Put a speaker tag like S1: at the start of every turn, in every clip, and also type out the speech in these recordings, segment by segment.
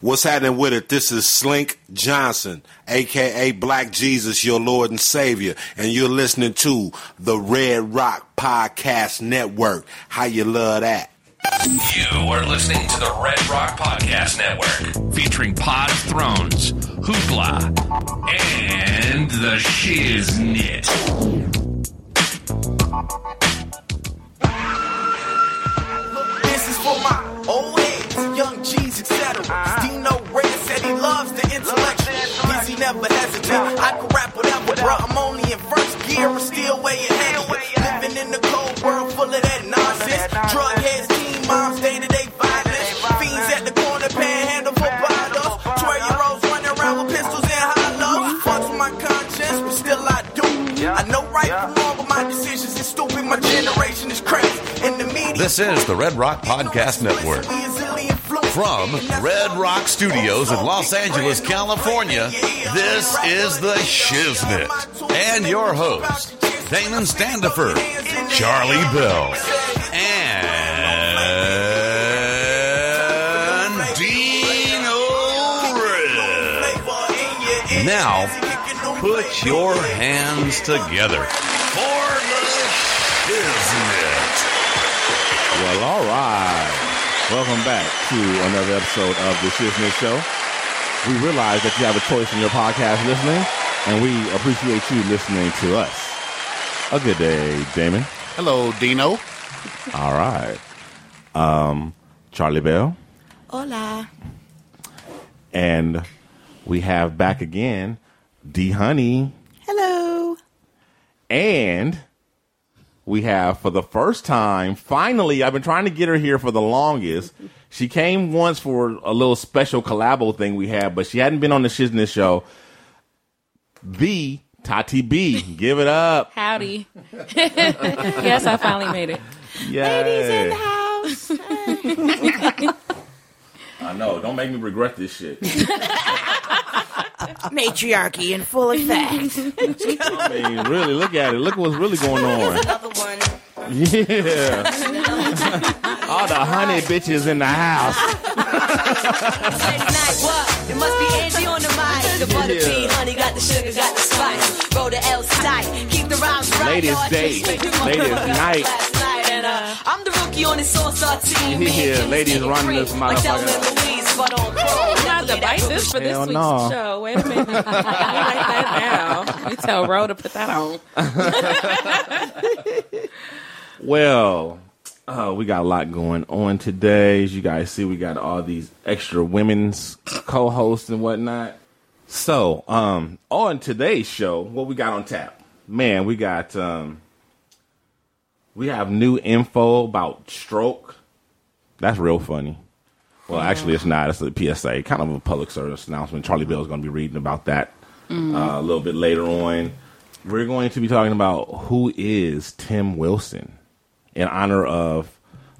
S1: What's happening with it? This is Slink Johnson, aka Black Jesus, your Lord and Savior, and you're listening to the Red Rock Podcast Network. How you love that?
S2: You are listening to the Red Rock Podcast Network, featuring Pod Thrones, Hoopla, and the Shiznit.
S3: This is for my old heads, young G's, etc. 'Cause Dino Red said he Uh-huh. loves the intellectual. Yes, he never hesitate. I can rap whatever, bro. I'm only in first gear, I'm still way ahead. of you. Living in the cold world full of that nonsense. Drug heads, teen moms, day to day violence. Fiends at the corner, panhandle for bottles. 12 year olds running around with pistols and hollows. Fucks with my conscience, but still I do. I know right from wrong, but my decisions is stupid. My generation is crazy. And the media.
S4: This is the Red Rock Podcast Network. From Red Rock Studios in Los Angeles, California, this is The Shiznit. And your host, Damon Standifer, Charlie Bell, and Dino Red. Now, put your hands together for The Shiznit.
S5: Well, all right. Welcome back to another episode of the Shiznit Show. We realize that you have a choice in your podcast listening, and we appreciate you listening to us. A good day, Damon.
S6: Hello, Dino.
S5: All right. Um, Charlie Bell.
S7: Hola.
S5: And we have back again D Honey.
S7: Hello.
S5: And we have for the first time, finally, I've been trying to get her here for the longest. She came once for a little special collabo thing we had, but she hadn't been on the Shiznit show. The Tati B. Give it up.
S8: Howdy. yes, I finally made it.
S5: Yay.
S7: house.
S5: I know. Don't make me regret this shit.
S7: Matriarchy in full effect.
S5: I mean, really, look at it. Look what's really going on.
S7: Another one.
S5: Yeah. All the honey bitches in the house.
S9: night. What? It must be Angie on the mic. The butter
S5: Yeah.
S9: tea, honey, got the sugar, got the spice. Roll the L tight, keep the rhymes right.
S5: Ladies'
S9: Y'all
S5: day.
S9: just think you wanna
S5: Ladies'
S9: fuck up
S5: night.
S9: last night, and, uh, I'm the rookie on this all-star team. Me and
S5: Yeah,
S9: Kim's
S5: ladies
S9: getting
S5: run
S9: free.
S5: this
S9: Like Thelma and
S5: motherfucker.
S9: Louise, but uh, on
S8: You
S9: chrome.
S8: have to bite this for this
S5: Hell
S8: week's
S5: no.
S8: show. Wait a minute. You write that down. You tell Ro to put that
S5: Mm.
S8: on.
S5: Well, uh, we got a lot going on today. As you guys see, we got all these extra women's co-hosts and whatnot. So, um, on today's show, what we got on tap? Man, we got um, we have new info about stroke. That's real funny. Well, actually, it's not. It's a PSA, kind of a public service announcement. Charlie Bell's going to be reading about that uh, a little bit later on. We're going to be talking about who is Tim Wilson in honor of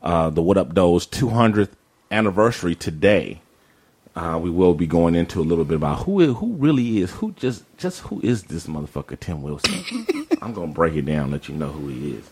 S5: uh, the What Up Doe's 200th anniversary today. Uh, we will be going into a little bit about who i- who really is who just just who is this motherfucker Tim Wilson. I'm gonna break it down, let you know who he is.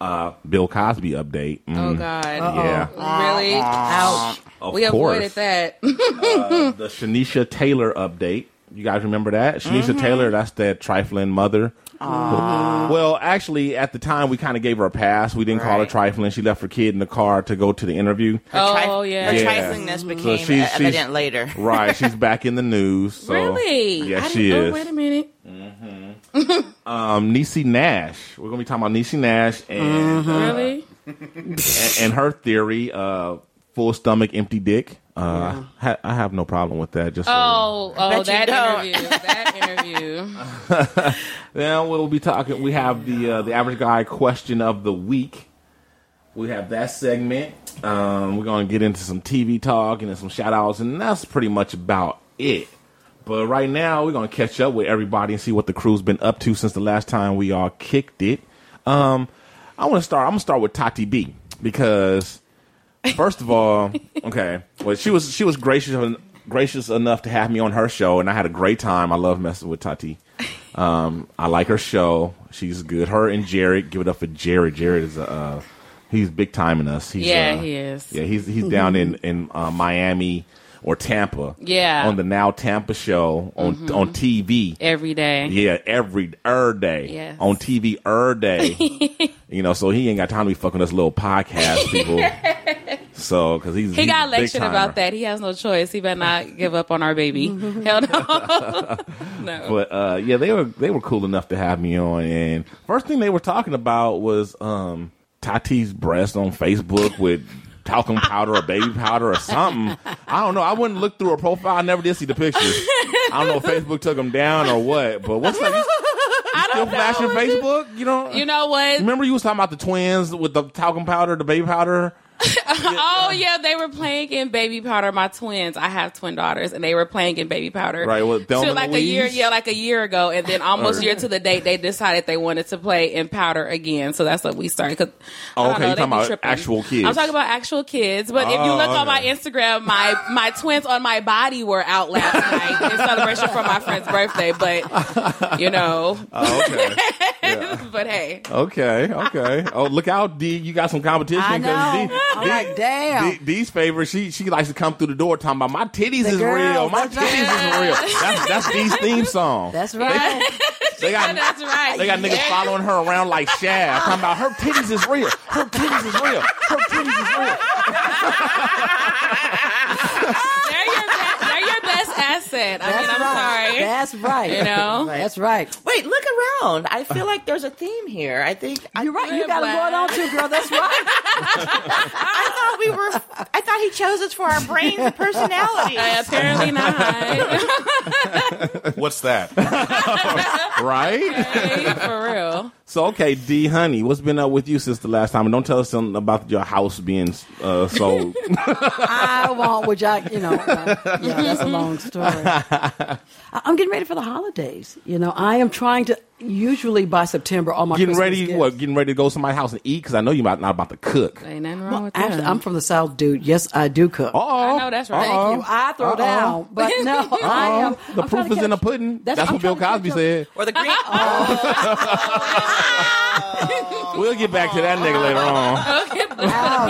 S5: Uh, Bill Cosby update.
S8: Oh,
S5: Mm,
S8: God.
S5: Yeah,
S8: Really? Ouch.
S5: Of
S8: we avoided
S5: course.
S8: that.
S5: uh, the Shanisha Taylor update. You guys remember that? Shanisha Taylor, that's that trifling mother. Who- Well, actually, at the time, we kind of gave her a pass. We didn't call her
S7: Right.
S5: trifling. She left her kid in the car to go to the interview.
S8: oh, yeah.
S7: Her
S5: Yeah.
S7: triflingness became
S5: she's- she's-
S7: evident later.
S5: Right, she's back in the news. So.
S8: Really?
S5: Yes,
S8: I
S5: she
S8: didn't-
S5: is.
S8: Oh, wait a minute.
S5: Um, Niecy Nash. We're gonna be talking about Niecy Nash and uh,
S8: Really?
S5: and, and her theory. Uh, full stomach, empty dick. Uh, ha- I have no problem with that. Just so-
S8: Oh, oh,
S7: Bet you
S8: that
S7: don't.
S8: interview. That interview.
S5: Then we'll be talking. We have the uh, the average guy question of the week. We have that segment. Um, we're gonna get into some TV talk and then some shout outs, and that's pretty much about it. But right now, we're gonna catch up with everybody and see what the crew's been up to since the last time we all kicked it. Um, I want to start. I'm gonna start with Tati B because first of all, okay, well she was she was gracious en- gracious enough to have me on her show, and I had a great time. I love messing with Tati. Um, I like her show. She's good. Her and Jared. Give it up for Jared. Jared is a uh, he's big time in us. He's,
S8: Yeah,
S5: uh,
S8: he is.
S5: Yeah, he's he's down in in uh, Miami. or Tampa.
S8: Yeah. Mm-hmm.
S5: On the Now Tampa show on on TV.
S8: every day.
S5: Yeah, every er day
S8: Yes.
S5: on TV er day. you know, so he ain't got time to be fucking us little podcast people. so because he's
S8: He
S5: he's
S8: got
S5: a big
S8: lectured
S5: timer.
S8: about that. He has no choice. He better not give up on our baby. Hell no. no.
S5: But uh, yeah, they were they were cool enough to have me on. And first thing they were talking about was um, Tati's breast on Facebook with talcum powder or baby powder or something. I don't know. I wouldn't look through her profile. I never did see the pictures. I don't know if Facebook took them down or what. But what's up? You
S8: I
S5: still
S8: don't know.
S5: flashing Facebook? You don't.
S8: You know what?
S5: Remember you was talking about the twins with the talcum powder, the baby powder.
S8: Oh yeah, they were playing in baby powder. My twins, I have twin daughters, and they were playing in baby powder.
S5: Right, what,
S8: So,
S5: Thelma and
S8: like a year,
S5: Louise?
S8: yeah, like a year ago, and then almost
S5: Or-
S8: year to the date, they decided they wanted to play in powder again. So that's what we started. 'cause I
S5: Oh,
S8: don't
S5: okay,
S8: know,
S5: you're
S8: they
S5: talking
S8: be
S5: about
S8: tripping.
S5: actual kids.
S8: I'm talking about actual kids. But if you
S5: Oh,
S8: look on
S5: okay.
S8: my Instagram, my my twins on my body were out last night in celebration for my friend's birthday. But you know,
S5: Oh, okay.
S8: but hey,
S5: Okay, okay. Oh, look out, D. You got some competition.
S6: I
S5: 'cause
S6: know.
S5: D-
S6: I'm
S5: D-
S6: like, damn.
S5: D- D's favorite. She she likes to come through the door talking about my titties is
S6: girls,
S5: real. My
S6: that's right.
S5: titties is real. That's that's D's theme song.
S6: That's right.
S5: They got
S8: that's right.
S5: they got niggas following her around like Shaft, talking about her titties is real. Her titties is real. Her titties is real.
S8: They're your best, they're your best asset. I
S6: That's
S8: mean, I'm
S6: right.
S8: sorry.
S6: That's right.
S8: You know?
S6: That's right.
S10: Wait, look around. I feel like there's a theme here. I think I,
S6: You're right. You got it going on too, girl. That's right.
S10: I thought we were. I thought he chose us for our brains and personalities.
S8: Uh, apparently not.
S4: What's that?
S5: Right?
S8: Hey, for real.
S5: So okay, D honey, what's been up with you since the last time? And don't tell us something about your house being uh, sold.
S6: I won't. Which I, you know, uh, yeah, that's a long story. I- I'm getting ready for the holidays. You know, I am trying to. Usually by September, all my
S5: getting
S6: Christmas
S5: ready,
S6: gifts-
S5: what? Getting ready to go to somebody's house and eat? Because I know you're not, not about to cook.
S8: Ain't nothing wrong
S6: Well,
S8: with
S6: actually,
S8: that.
S6: I'm from the South, dude. Yes, I do cook.
S5: Oh,
S8: I know that's right.
S6: Thank you. I throw down, but no, I am.
S5: The
S6: I'm trying
S5: proof
S6: to
S5: is in the
S6: catch-
S5: pudding. That's,
S6: I'm
S5: what Bill
S6: trying to catch up.
S5: Cosby said.
S10: Or the green.
S5: We'll get back to that nigga later on.
S8: Okay, but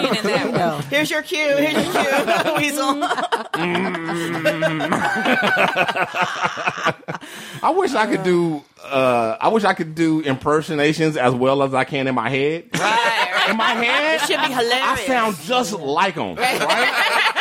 S8: put a pin in that.
S6: No.
S8: one.
S10: Here's your cue. Here's your cue. Weasel.
S5: I wish I could do. Uh, I wish I could do impersonations as well as I can in my head. In my head,
S10: Should be
S5: I
S10: hilarious.
S5: sound just like him. Right?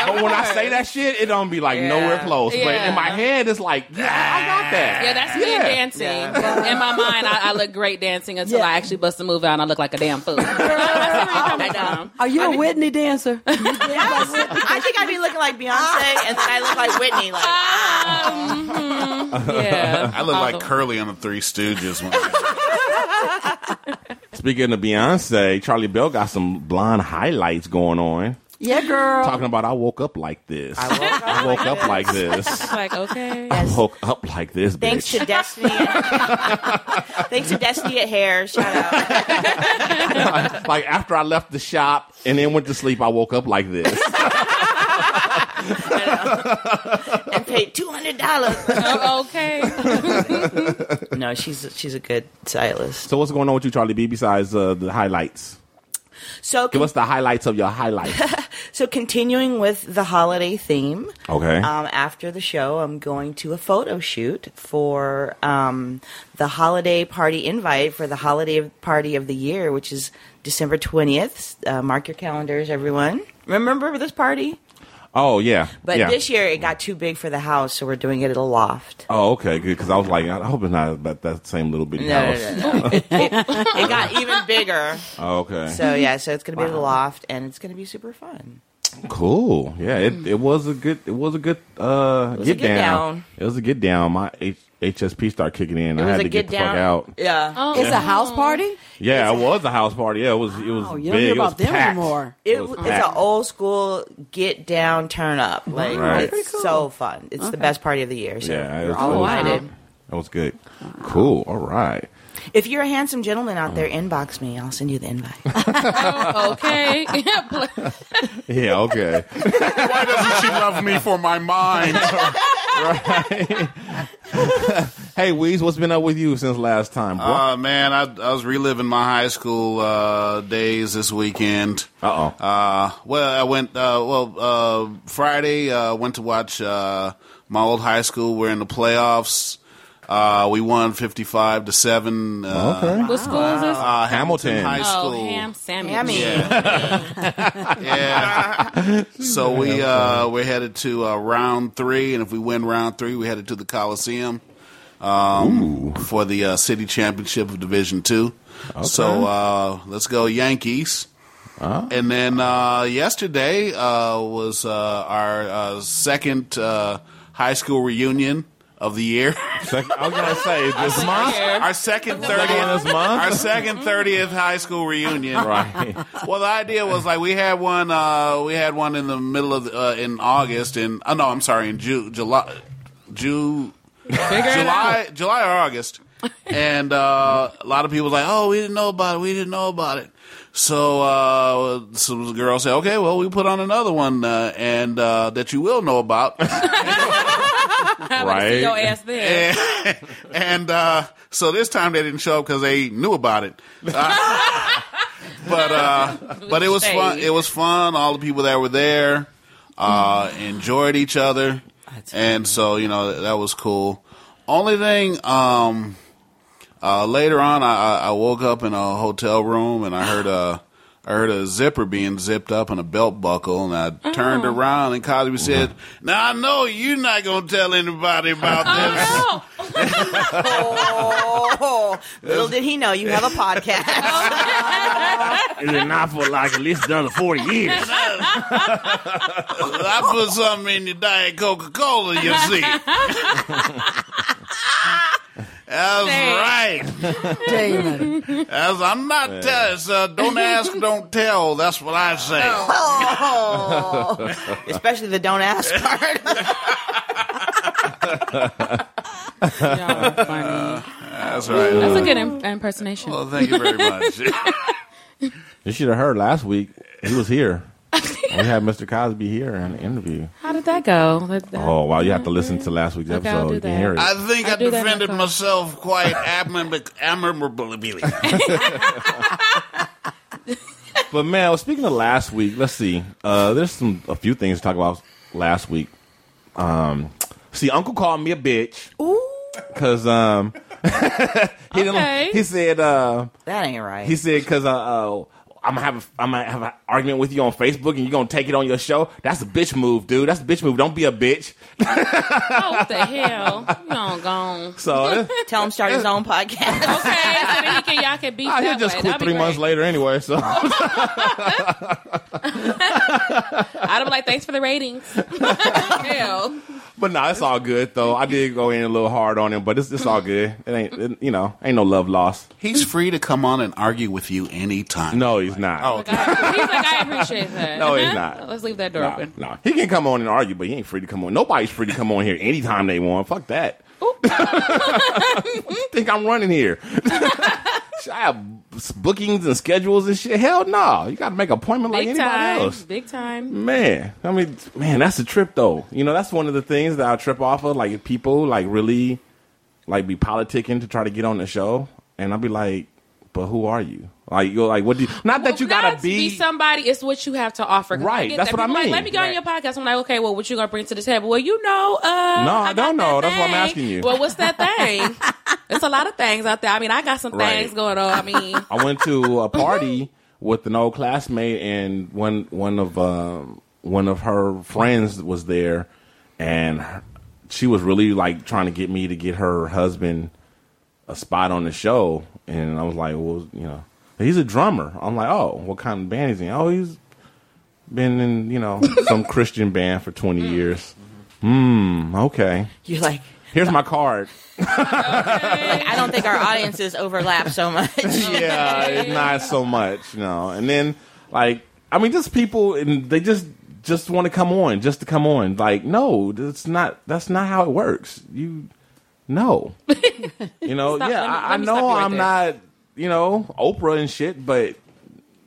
S5: but when I say that shit, it don't be like nowhere close. But
S8: Yeah.
S5: in my head, it's like, yeah, I got that.
S8: Yeah, that's me dancing. In my mind, I, I look great dancing until
S6: Yeah.
S8: I actually bust a move out and I look like a damn fool. That's where you're coming from.
S6: Are you a Whitney dancer? You dance like Whitney.
S10: I think I'd be looking like Beyonce, and then I look like Whitney. Like,
S8: Um, mhm. yeah.
S11: I look
S8: All
S11: like
S8: the-
S11: Curly on the Three Stooges. When
S5: Speaking of Beyonce, Charlie Bell got some blonde highlights going on.
S6: Yeah, girl.
S5: Talking about I woke up like this. I woke up, like this.
S8: It's like, okay.
S5: I woke up like this, bitch.
S10: thanks to Destiny. thanks to Destiny at Hair. Shout out.
S5: like after I left the shop and then went to sleep, I woke up like this.
S10: And paid two hundred dollars.
S8: Oh, okay.
S10: No, she's she's a good stylist.
S5: so what's going on with you, Charlie B? Besides uh, the highlights,
S10: So
S5: give us the highlights of your highlights.
S10: so continuing with the holiday theme.
S5: Okay.
S10: Um, after the show, I'm going to a photo shoot for um, the holiday party invite for the holiday party of the year, which is December 20th. Uh, mark your calendars, everyone. Remember this party?
S5: oh yeah,
S10: But
S5: yeah.
S10: this year it got too big for the house, so we're doing it at a loft.
S5: Oh, okay, good. Because I was like, I hope it's not about that same little bitty
S10: No,
S5: house.
S10: no, no, no. it, it got even bigger.
S5: Oh, okay,
S10: So yeah, so it's gonna be at a loft, and it's gonna be super fun.
S5: cool. Yeah, it, it was a good it was a good uh,
S10: was a
S5: get
S10: get
S5: down.
S10: down.
S5: It was a get down. My H- HSP started kicking in.
S10: It
S5: I
S10: was
S5: had
S10: a
S5: to get,
S10: get
S5: the
S10: down.
S5: fuck out.
S10: Yeah.
S11: Oh,
S6: It's a house party.
S5: Yeah, it was a house party. Yeah, it was it was
S6: Oh,
S5: big.
S6: you don't hear
S5: It was
S6: about them
S5: packed.
S6: anymore.
S10: It,
S5: was
S10: it's
S5: packed.
S10: an old school get down turn up. Like
S5: Right.
S10: it's so fun. It's the best party of the year. So
S5: Yeah, it
S10: we're
S5: was,
S10: all
S5: it was
S10: invited.
S5: good. That was good. Cool. All right.
S10: If you're a handsome gentleman out
S11: Uh-huh.
S10: there, inbox me. I'll send you the invite.
S8: Oh, okay.
S5: Yeah, okay.
S11: Why doesn't she love me for my mind?
S5: right. hey, Weez, what's been up with you since last time? bro?
S11: Uh, man, I, I was reliving my high school uh, days this weekend.
S5: Uh oh.
S11: Uh, well, I went. Uh, well, uh, Friday uh, went to watch uh, my old high school. We're in the playoffs. Uh, we won fifty-five to seven. Uh,
S5: Okay.
S8: What school is this?
S11: Uh, Hamilton High School.
S8: Oh, Ham Sammy.
S11: yeah. So we uh, we're headed to uh, round three, and if we win round three, we headed to the Coliseum um, for the uh, city championship of Division Two. So uh, let's go Yankees. And then uh, yesterday uh, was uh, our uh, second uh, high school reunion of the year.
S5: I was gonna say this month.
S11: Our second
S5: Second
S11: thirtieth,
S5: this month?
S11: our second thirtieth high school reunion.
S5: Right.
S11: Well, the idea was like we had one, uh, we had one in the middle of the, uh, in August, and oh no, I'm sorry, in June, July, June, July, July or August, and uh, a lot of people was like, oh, we didn't know about it, we didn't know about it. So uh, some girls said, okay, well, we put on another one, uh, and uh, that you will know about.
S8: See your ass there.
S11: and uh, so this time they didn't show up because they knew about it. Uh, but uh, but it was fun. It was fun. All the people that were there uh, enjoyed each other, and so you know that was cool. Only thing, um, uh, later on, I, I- I woke up in a hotel room and I heard a. I heard a zipper being zipped up and a belt buckle, and I turned around and Cosby said, "Now I know you're not gonna tell anybody about this."
S10: Oh, little did he know you have a podcast.
S5: It's been not for like at least another forty years.
S11: I put something in your Diet Coca Cola, you see. That's right.
S6: Damon.
S11: That's, I'm not telling. So don't ask, don't tell. That's what I say.
S10: Oh, especially the don't ask part.
S11: That's right.
S8: That's a good im- impersonation.
S11: well, Oh, thank you very much.
S5: You should have heard last week. He was here. we had Mr. Cosby here in the interview.
S8: How did that go? That- that-
S5: Oh wow, you have to listen to last week's
S8: Okay, I'll
S5: episode.
S8: do
S5: You can
S8: that.
S5: hear it.
S11: I think I,
S8: do that
S11: defended
S8: myself.
S11: myself quite admirably. admirably.
S5: But man, well, speaking of last week, let's see. Uh, there's some a few things to talk about last week. Um, see, Uncle called me a bitch because um, he
S8: Okay.
S5: didn't. He said uh,
S10: that ain't right.
S5: he said because uh, uh, I'm gonna have a, I'm gonna have an argument with you on Facebook and you're gonna take it on your show. That's a bitch move, dude. That's a bitch move. Don't be a bitch.
S8: Oh, what the hell? You don't gone.
S5: So
S10: Tell him to start his own podcast.
S8: Okay, so then he can, y'all can beef
S5: I
S8: that
S5: Ah, just
S8: way.
S5: quit
S8: That'd be
S5: three months
S8: great.
S5: later anyway. So
S8: I'd be like, thanks for the ratings. hell.
S5: But no, it's all good though. I did go in a little hard on him, but it's it's all good. It ain't it- you know ain't no love lost.
S11: He's free to come on and argue with you anytime.
S5: No, he's not.
S11: Oh,
S8: He's like, I appreciate that.
S5: No, he's
S8: Uh-huh.
S5: not.
S8: Let's leave that door
S5: no,
S8: open.
S5: no. he can come on and argue, but he ain't free to come on. Nobody's free to come on here anytime they want. Fuck that. Think I'm running here? Should I have s- bookings and schedules and shit? Hell no. You got to make an appointment like
S8: Big
S5: anybody
S8: time.
S5: else.
S8: Big time.
S5: Man, I mean, man, that's a trip though. You know, that's one of the things that I trip off of. Like if people like really, like be politicking to try to get on the show, and I'll be like, but who are you? Like you're like, what do you? Not that you gotta
S8: Not
S5: be.
S8: somebody. It's what you have to offer. 'Cause I
S5: Right,
S8: get
S5: that's
S8: that.
S5: what I
S8: People like,
S5: mean.
S8: Let me go on your podcast. I'm like, okay, well, what you gonna bring to the table? Well, you know, uh,
S5: No, I
S8: got
S5: don't know.
S8: that
S5: That's why I'm
S8: thing.
S5: asking you.
S8: Well, what's that thing? it's a lot of things out there. I mean, I got some
S5: Right.
S8: things going on. I mean,
S5: I went to a party with an old classmate, and one one of um, one of her friends was there, and her- she was really like trying to get me to get her husband a spot on the show, and I was like, well, you know, he's a drummer. I'm like, oh, what kind of band is he? in? Oh, he's been in you know some Christian band for 20 years. Hmm. Okay.
S10: You're like,
S5: Here's my card.
S10: like, I don't think our audiences overlap so much.
S5: yeah, it's not so much, you know. And then like I mean just people and they just just want to come on, just to come on. Like, no, that's not that's not how it works. You no. you know,
S8: Stop,
S5: yeah,
S8: let me-
S5: I,
S8: let
S5: I
S8: me stop
S5: know
S8: you right
S5: I'm
S8: there.
S5: not, you know, Oprah and shit, but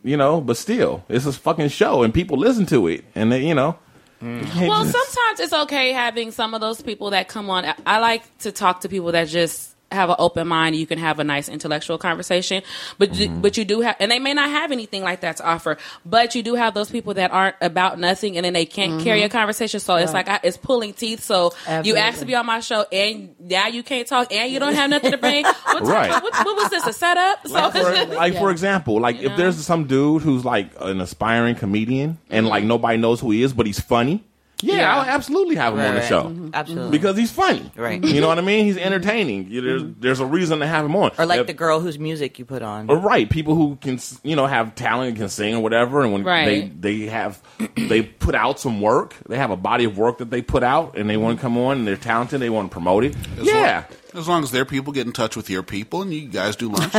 S5: you know, but still, it's a fucking show and people listen to it and they, you know,
S8: Well, sometimes it's okay having some of those people that come on. I- I like to talk to people that just have an open mind. You can have a nice intellectual conversation, but you,
S5: Mm-hmm.
S8: but you do have, and they may not have anything like that to offer. But you do have those people that aren't about nothing, and then they can't
S5: Mm-hmm.
S8: carry a conversation. So it's
S6: Right.
S8: like I, it's pulling teeth. So you asked to be on my show, and now you can't talk, and you don't have nothing to bring. What,
S5: Right.
S8: what, what was this a setup? So
S5: Like, for, like for example, like if there's some dude who's like an aspiring comedian and like nobody knows who he is, but he's funny. Yeah,
S8: Yeah.
S5: I'll absolutely have him on the
S10: Right.
S5: show.
S10: Mhm. Absolutely.
S5: because he's funny.
S10: Right. Mm-hmm.
S5: You know what I mean? He's entertaining. You- There's there's a reason to have him on.
S10: Or like
S5: If-
S10: the girl whose music you put on.
S5: or right, people who can s- you know have talent and can sing or whatever, and when
S10: Right.
S5: they they have they put out some work, they have a body of work that they put out, and they want to come on, and they're talented, they want to promote it. yeah,
S11: as long as their people get in touch with your people and you guys do lunch.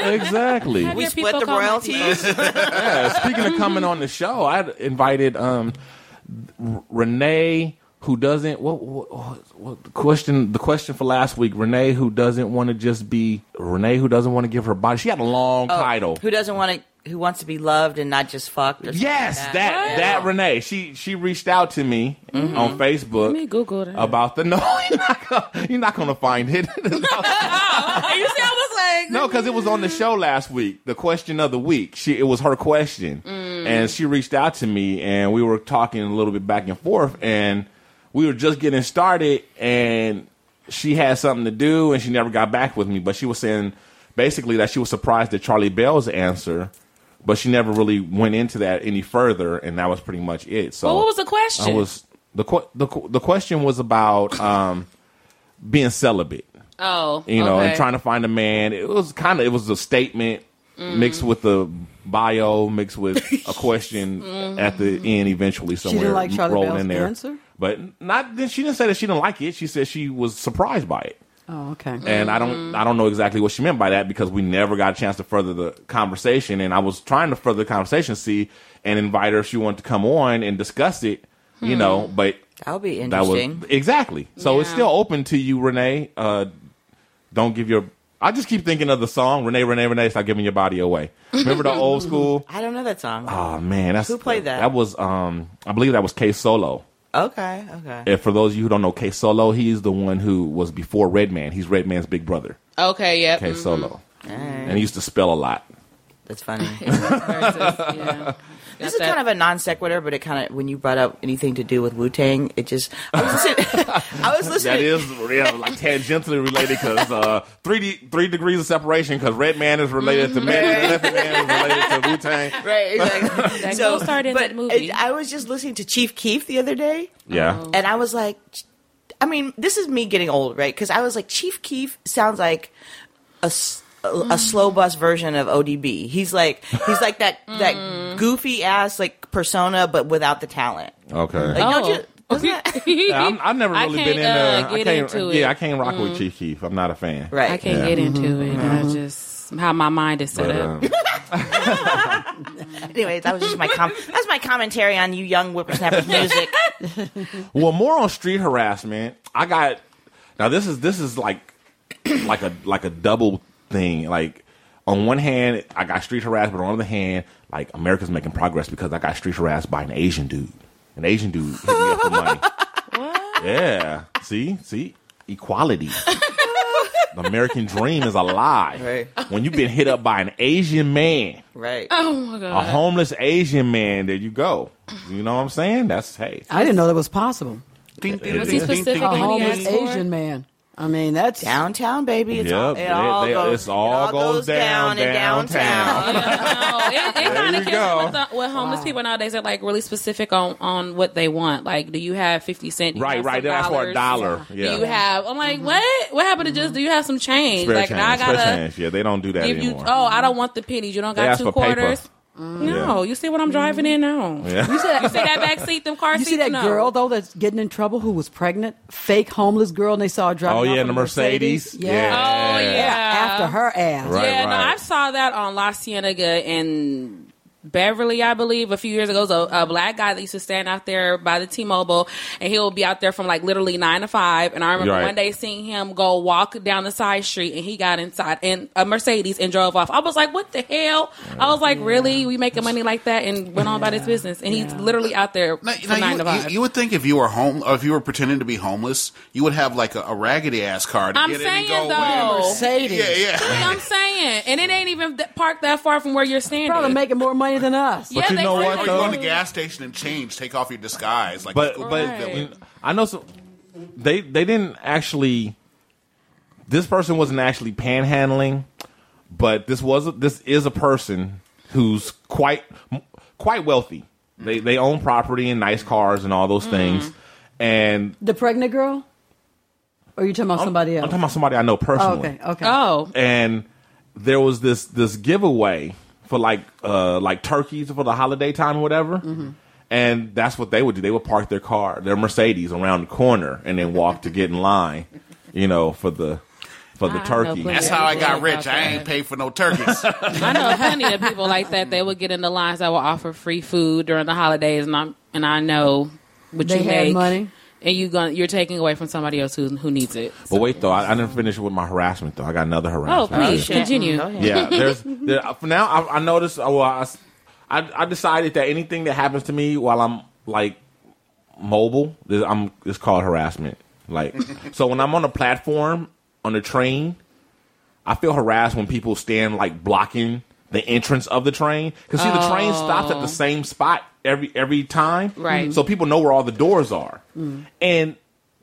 S5: exactly.
S11: Have
S10: we
S11: your
S10: split
S11: people
S10: the
S11: come with
S10: royalties.
S5: yeah, speaking of coming on the show, I had invited um, R- Renee, who doesn't what, what, what, what the question the question for last week. Renee, who doesn't want to just be Renee, who doesn't want to give her body. She had a long
S10: Oh,
S5: title.
S10: Who doesn't want to? Who wants to be loved and not just fucked? Or something
S5: Yes, that
S10: like that. Oh.
S5: that, Renee. She she reached out to me
S10: Mhm.
S5: on Facebook.
S10: Let me Google that.
S5: about the no. You're not gonna, you're not gonna find it.
S8: you see, I was like,
S5: no, because it was on the show last week. The question of the week. She it was her question,
S8: Mm.
S5: and she reached out to me, and we were talking a little bit back and forth, and we were just getting started, and she had something to do, and she never got back with me. But she was saying basically that she was surprised at Charlie Bell's answer. But she never really went into that any further, and that was pretty much it. So,
S8: Well, what was the question?
S5: I was the que- the qu- the question was about um, being celibate
S8: oh,
S5: you know,
S8: okay.
S5: and trying to find a man. It was kind of it was a statement
S8: Mm.
S5: mixed with a bio, mixed with a question
S8: Mm-hmm.
S6: Mhm.
S5: at the end. Eventually,
S6: She didn't
S5: somewhere
S6: like Charlie
S5: rolled
S6: Bell's
S5: in there.
S6: answer?
S5: But not she didn't say that she didn't like it. She said she was surprised by it.
S6: Oh, okay.
S5: And I don't,
S8: Mm-hmm.
S5: I don't know exactly what she meant by that because we never got a chance to further the conversation. And I was trying to further the conversation, see, and invite her if she wanted to come on and discuss it. You
S10: Hmm.
S5: know, but
S10: That'll be
S5: that was-
S10: interesting.
S5: exactly. So it's
S10: Yeah.
S5: still open to you, Renee. Uh, don't give your. I just keep thinking of the song Renee, Renee, Renee. Stop giving your body away. Remember the old school?
S10: I don't know that song.
S5: Oh man, that's
S10: Who played that?
S5: That was um, I believe that was K Solo.
S10: okay, okay.
S5: And for those of you who don't know, K Solo, he's the one who was before Redman. He's Redman's big brother.
S8: Okay, yep.
S5: K
S10: Mm-hmm.
S8: mhm.
S5: Solo,
S10: Alright.
S5: and he used to spell a lot.
S10: That's funny.
S8: yeah.
S10: This is kind of a non sequitur, but it kind of when you brought up anything to do with Wu Tang, it just I was listening. I was listening.
S5: That is yeah, like tangentially related because uh, three de- three degrees of separation because Red Man is related
S10: Mm-hmm.
S5: to Man, Left Man is related to Wu Tang.
S10: right. Exactly.
S8: That
S10: so,
S8: co-starred in
S10: but uh,
S8: that movie.
S10: it- I was just listening to Chief Keef the other day,
S5: Yeah.
S10: and I was like, I mean, this is me getting old, right? Because I was like, Chief Keef sounds like a. s- a-
S8: Mm.
S10: a slow bus version of ODB. He's like he's like that
S8: Mm.
S10: that goofy ass like persona, but without the talent.
S5: Okay.
S10: Like,
S8: Oh.
S10: don't you-
S5: Yeah, I'm, I've never
S10: I
S5: really
S10: can't,
S5: been in.
S10: uh,
S5: Uh, I
S10: get
S5: can't,
S10: into
S5: yeah,
S10: it. Mm-hmm.
S5: I can't rock
S8: Mm.
S5: with Chief Keef. I'm not a fan.
S10: Right.
S8: I can't
S5: Yeah. Mm-hmm.
S8: get into it. I just how my mind is set
S5: But,
S8: up.
S5: um,
S10: Anyway, that was just my com- that's my commentary on you young whippersnapper music.
S5: well, more on street harassment. I got now. This is this is like like a like a double thing. Like on one hand, I got street harassed, but on the other hand, like America's making progress because I got street harassed by an Asian dude. An Asian dude hit me up for money. Yeah. See, see, equality. the American dream is a lie. When you've been hit up by an Asian man.
S10: Right.
S8: Oh my
S5: a
S8: god.
S5: homeless Asian man. There you go. You know what I'm saying? That's hey.
S6: I didn't know that was possible.
S5: ding, Was he
S6: a
S5: ding, specific ding, when he
S6: homeless
S5: asked for it?
S6: Asian man? I mean, that's
S10: downtown, baby.
S5: Yep, they- they- it's all, goes, down,
S10: down in
S5: downtown.
S8: No, it, it
S5: There
S8: kind
S5: you
S8: of
S5: go.
S8: kills with, the, with homeless people nowadays. They're like really specific on on what they want. Like, do you have fifty cent? Do you
S5: Right,
S8: have
S5: right.
S8: some
S5: They ask for a
S8: dollars?
S5: dollar.
S8: Do
S5: Yeah. Mm-hmm.
S8: you have? I'm like, what? What happened to just? Do you have some change?
S5: Spare
S8: like,
S5: change,
S8: now I
S5: spare
S8: gotta
S5: change. Yeah, they don't do that
S8: give you.
S5: anymore.
S8: Oh, I don't want the pennies. You don't
S5: They
S8: got
S5: ask
S8: two
S5: for paper.
S8: quarters. No, you see what I'm driving in now.
S5: Yeah.
S8: You see that, back seat, them car
S6: You
S8: seats?
S6: see that
S8: No.
S6: girl though that's getting in trouble who was pregnant, fake homeless girl, and they saw her driving.
S5: Oh,
S6: off
S5: yeah,
S6: in
S5: the
S6: a Mercedes.
S5: Mercedes. Yeah. Oh, yeah.
S6: after her ass.
S5: Right,
S8: yeah, no,
S5: right.
S8: I saw that on La Cienega and Beverly, I believe, a few years ago, was a, a black guy that used to stand out there by the T-Mobile, and he would be out there from like literally nine to five. And I remember
S12: Right.
S8: one day seeing him go walk down the side street, and he got inside in a Mercedes and drove off. I was like, "What the hell?" I was like, "Really? We making money like that?" And went on about his business. And he's literally out there from
S11: Now,
S8: nine
S11: you,
S8: to five.
S11: you- you would think if you were home, or if you were pretending to be homeless, you would have like a, a raggedy ass car to
S8: I'm
S11: get in and
S8: saying
S11: go.
S8: though,
S11: Mercedes. Yeah, yeah.
S8: I'm saying, and it ain't even th- parked that far from where you're standing.
S6: Probably making more money than us.
S8: But Yeah, you they know
S11: Or
S8: what,
S11: you go to the gas station and change, take off your disguise, like
S5: but
S11: a cool
S5: but
S11: villain.
S5: you know, I know some. They they didn't actually. This person wasn't actually panhandling, but this was a- this is a person who's quite quite wealthy. They they own property and nice cars and all those
S8: Mm-hmm.
S5: things, and
S6: The pregnant girl? Or are you talking about somebody else?
S5: I'm talking about somebody I know personally.
S6: okay, okay. Oh.
S5: And there was this this giveaway for like uh like turkeys for the holiday time or whatever. And that's what they would do. They would park their car, their Mercedes, around the corner, and then walk to get in line, you know, for the for the turkey.
S11: That's how I got rich. I ain't paid for no turkeys.
S8: I know plenty of people like that. They would get in the lines that will offer free food during the holidays, and I and I know what
S6: They
S8: you
S6: had
S8: make
S6: money?
S8: and you going you're taking away from somebody else who who needs it.
S5: But wait, though, I, I didn't finish with my harassment. Though I got another
S8: Oh,
S5: harassment.
S8: please continue.
S5: yeah, there's there, for now. I, I noticed. uh, Well, I, s- I- I decided that anything that happens to me while I'm like mobile, th- I'm it's called harassment. Like, so when I'm on a platform on a train, I feel harassed when people stand like blocking the entrance of the train because see the train stops at
S13: Oh.
S5: the same spot every every time,
S13: Right.
S5: So people know where all the doors are and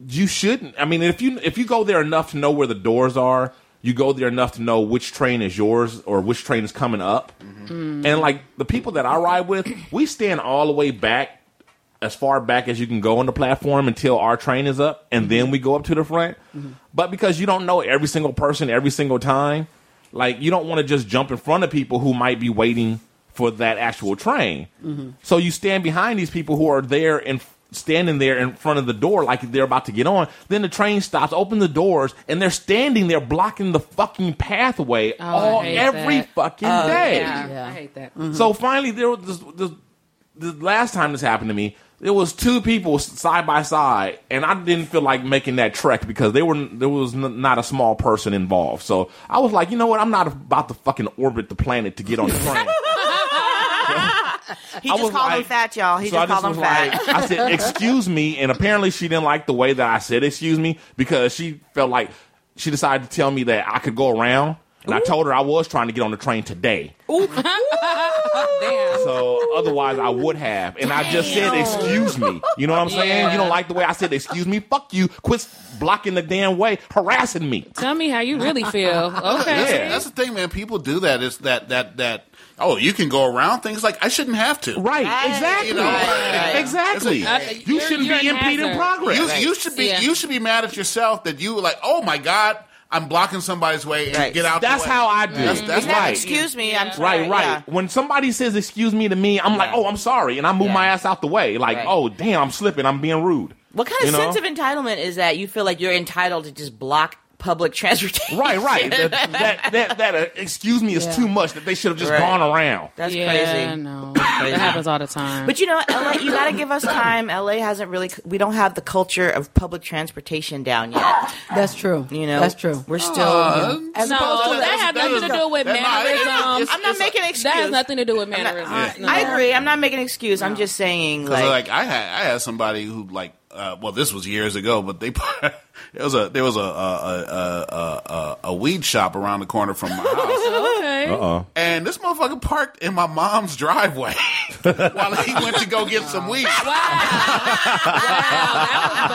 S5: you shouldn't. I mean, if you if you go there enough to know where the doors are, you go there enough to know which train is yours or which train is coming up. And like the people that I ride with, we stand all the way back as far back as you can go on the platform until our train is up, and then we go up to the front. But because you don't know every single person every single time, like you don't want to just jump in front of people who might be waiting for that actual train. So you stand behind these people who are there and standing there in front of the door like they're about to get on. Then the train stops, open the doors, and they're standing there blocking the fucking pathway all
S8: Oh, I hate
S5: every
S8: that.
S5: fucking
S8: Oh,
S5: day.
S8: yeah. I hate that.
S5: So finally, there was this, this, the last time this happened to me. There was two people s- side by side, and I didn't feel like making that trek because they were there was n- not a small person involved. So I was like, you know what? I'm not about to fucking orbit the planet to get on the train.
S10: He
S5: I
S10: just
S5: was
S10: called him
S5: like-
S10: fat, y'all. Oh, He
S5: so I
S10: just
S5: was
S10: called him fat.
S5: like, I said, excuse me. And apparently she didn't like the way that I said, excuse me, because she felt like she decided to tell me that I could go around. And I told her I was trying to get on the train today. So otherwise I would have. And I just said, excuse me. You know what I'm saying?
S8: Yeah.
S5: You don't like the way I said, excuse me? Fuck you. Quit blocking the damn way, harassing me.
S8: Tell me how you really feel.
S11: That's,
S8: Okay.
S11: that's the thing, man. People do that. Is that that that? Oh, you can go around things like I shouldn't have to.
S5: Right. Exactly. Exactly. You shouldn't be impeding progress.
S11: You,
S5: Right.
S11: you should be.
S5: Yeah.
S11: You should be mad at yourself that you like. Oh my god, I'm blocking somebody's way and get out.
S5: That's
S11: the way.
S5: how I do.
S11: That's,
S5: it.
S11: that's
S5: right.
S11: right.
S10: me, I'm
S5: Right, right. When somebody says "excuse me" to me, I'm like, "Oh, I'm sorry," and I move my ass out the way. Like,
S10: Right.
S5: "Oh, damn, I'm slipping. I'm being rude."
S10: What kind of sense of entitlement is that? You feel like you're entitled to just block public transportation?
S5: Right, right. that that that, that uh, excuse me is
S10: Yeah.
S5: too much. That they should have just
S10: Right.
S5: gone around.
S10: That's
S8: Yeah,
S10: crazy.
S8: I know. That happens all the time.
S10: But you know, what, LA, you got to give us time. LA hasn't really. We don't have the culture of public transportation down yet.
S6: That's true.
S10: You know,
S6: that's true.
S10: We're still.
S6: Uh,
S10: you know,
S8: no, that has nothing to do with
S10: that- no, I-
S8: mannerisms.
S10: Um, I'm not making an
S8: That
S10: excuse.
S8: has nothing to do with mannerisms.
S10: I,
S8: No.
S10: I agree. I'm not making an excuse. I'm just saying,
S11: Because
S10: like,
S11: like, I had I had somebody who like uh, well this was years ago, but they there was a there was a a, a, a, a a weed shop around the corner from my house.
S8: okay.
S5: Uh-oh.
S11: And this motherfucker parked in my mom's driveway while he went to go get some weed.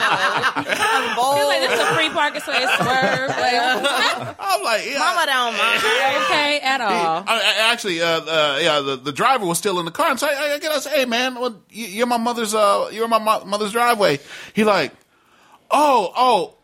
S8: Feel like this is a free parking space. Swerve. Like,
S11: I'm like, yeah.
S8: Mama
S10: don't
S8: mind. Okay, at all.
S11: I, I- actually, uh, uh, yeah, the, the driver was still in the car, and so I, I get out. Hey, man, well, you, you're my mother's. Uh, you're in my mo- mother's driveway. He like, oh, oh,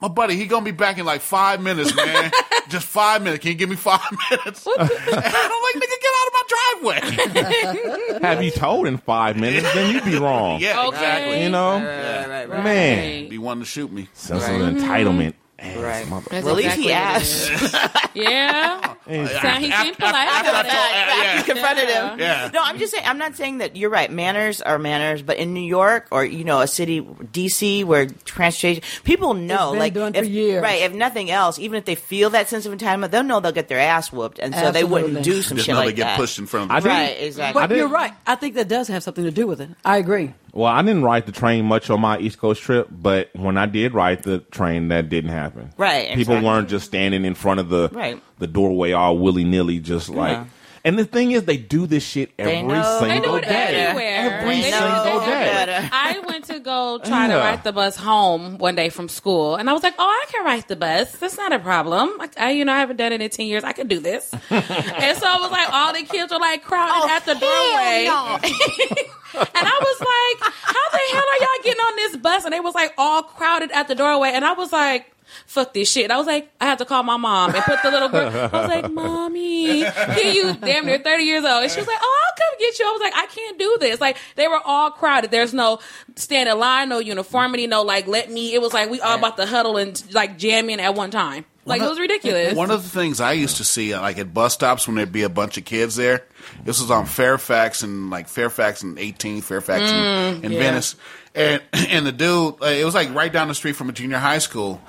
S11: my buddy, he gonna be back in like five minutes, man. Just five minutes. Can you give me five minutes? and I'm like, nigga, get out of my driveway.
S5: Have you told in five minutes? then you'd be wrong.
S11: Yeah, exactly.
S5: You know, man,
S11: be wanting to shoot me.
S5: sense
S11: Right.
S5: of entitlement.
S11: Right.
S5: Ass, mother-
S10: well, at least he asked.
S8: Yeah. Sound- he seemed polite. about it.
S10: You confronted him.
S8: Yeah.
S10: No, I'm just saying. I'm not saying that you're right. Manners are manners, but in New York or you know a city, D.C., where transportation people know,
S6: been
S10: like
S6: done
S10: if,
S6: for years.
S10: right? If nothing else, even if they feel that sense of entitlement, they'll know they'll get their ass whooped, and so they wouldn't
S6: Absolutely.
S10: do some
S11: Just
S10: shit
S11: know they
S10: like
S11: get
S10: that.
S11: pushed in front of
S5: I
S10: right,
S5: didn't-
S10: exactly.
S5: I
S6: But
S5: didn't-
S6: you're right. I think that does have something to do with it. I agree.
S5: Well, I didn't ride the train much on my East Coast trip, but when I did ride the train, that didn't happen.
S10: Right,
S5: People
S10: exactly.
S5: weren't just standing in front of the
S10: Right.
S5: the doorway all willy nilly, just like. And the thing is, they do this shit every
S10: They know. They
S5: single
S10: do
S8: They do it
S5: day.
S8: everywhere.
S5: Every
S8: They do it
S5: single
S8: everywhere.
S5: day.
S8: I went to go try to
S5: Yeah.
S8: ride the bus home one day from school, and I was like, "Oh, I can ride the bus. That's not a problem. I, I you know, I haven't done it in ten years. I can do this." and so I was like, all the kids were like crowded at the doorway, and I was like, "How the hell are y'all getting on this bus?" And they was like all crowded at the doorway, and I was like. Fuck this shit. I was like, I had to call my mom and put the little girl. I was like, Mommy, here you damn near 30 years old. And she was like, Oh, I'll come get you. I was like, I can't do this. Like, they were all crowded. There's no standing line, no uniformity, no like, let me. It was like, we all about to huddle and like jam in at one time. Like, it was ridiculous.
S11: One of the things I used to see, uh, like at bus stops, when there'd be a bunch of kids there. This was on Fairfax and like Fairfax and 18th, Fairfax and,
S12: Mm,
S11: and
S12: yeah.
S11: Venice, and and the dude, uh, it was like right down the street from a junior high school.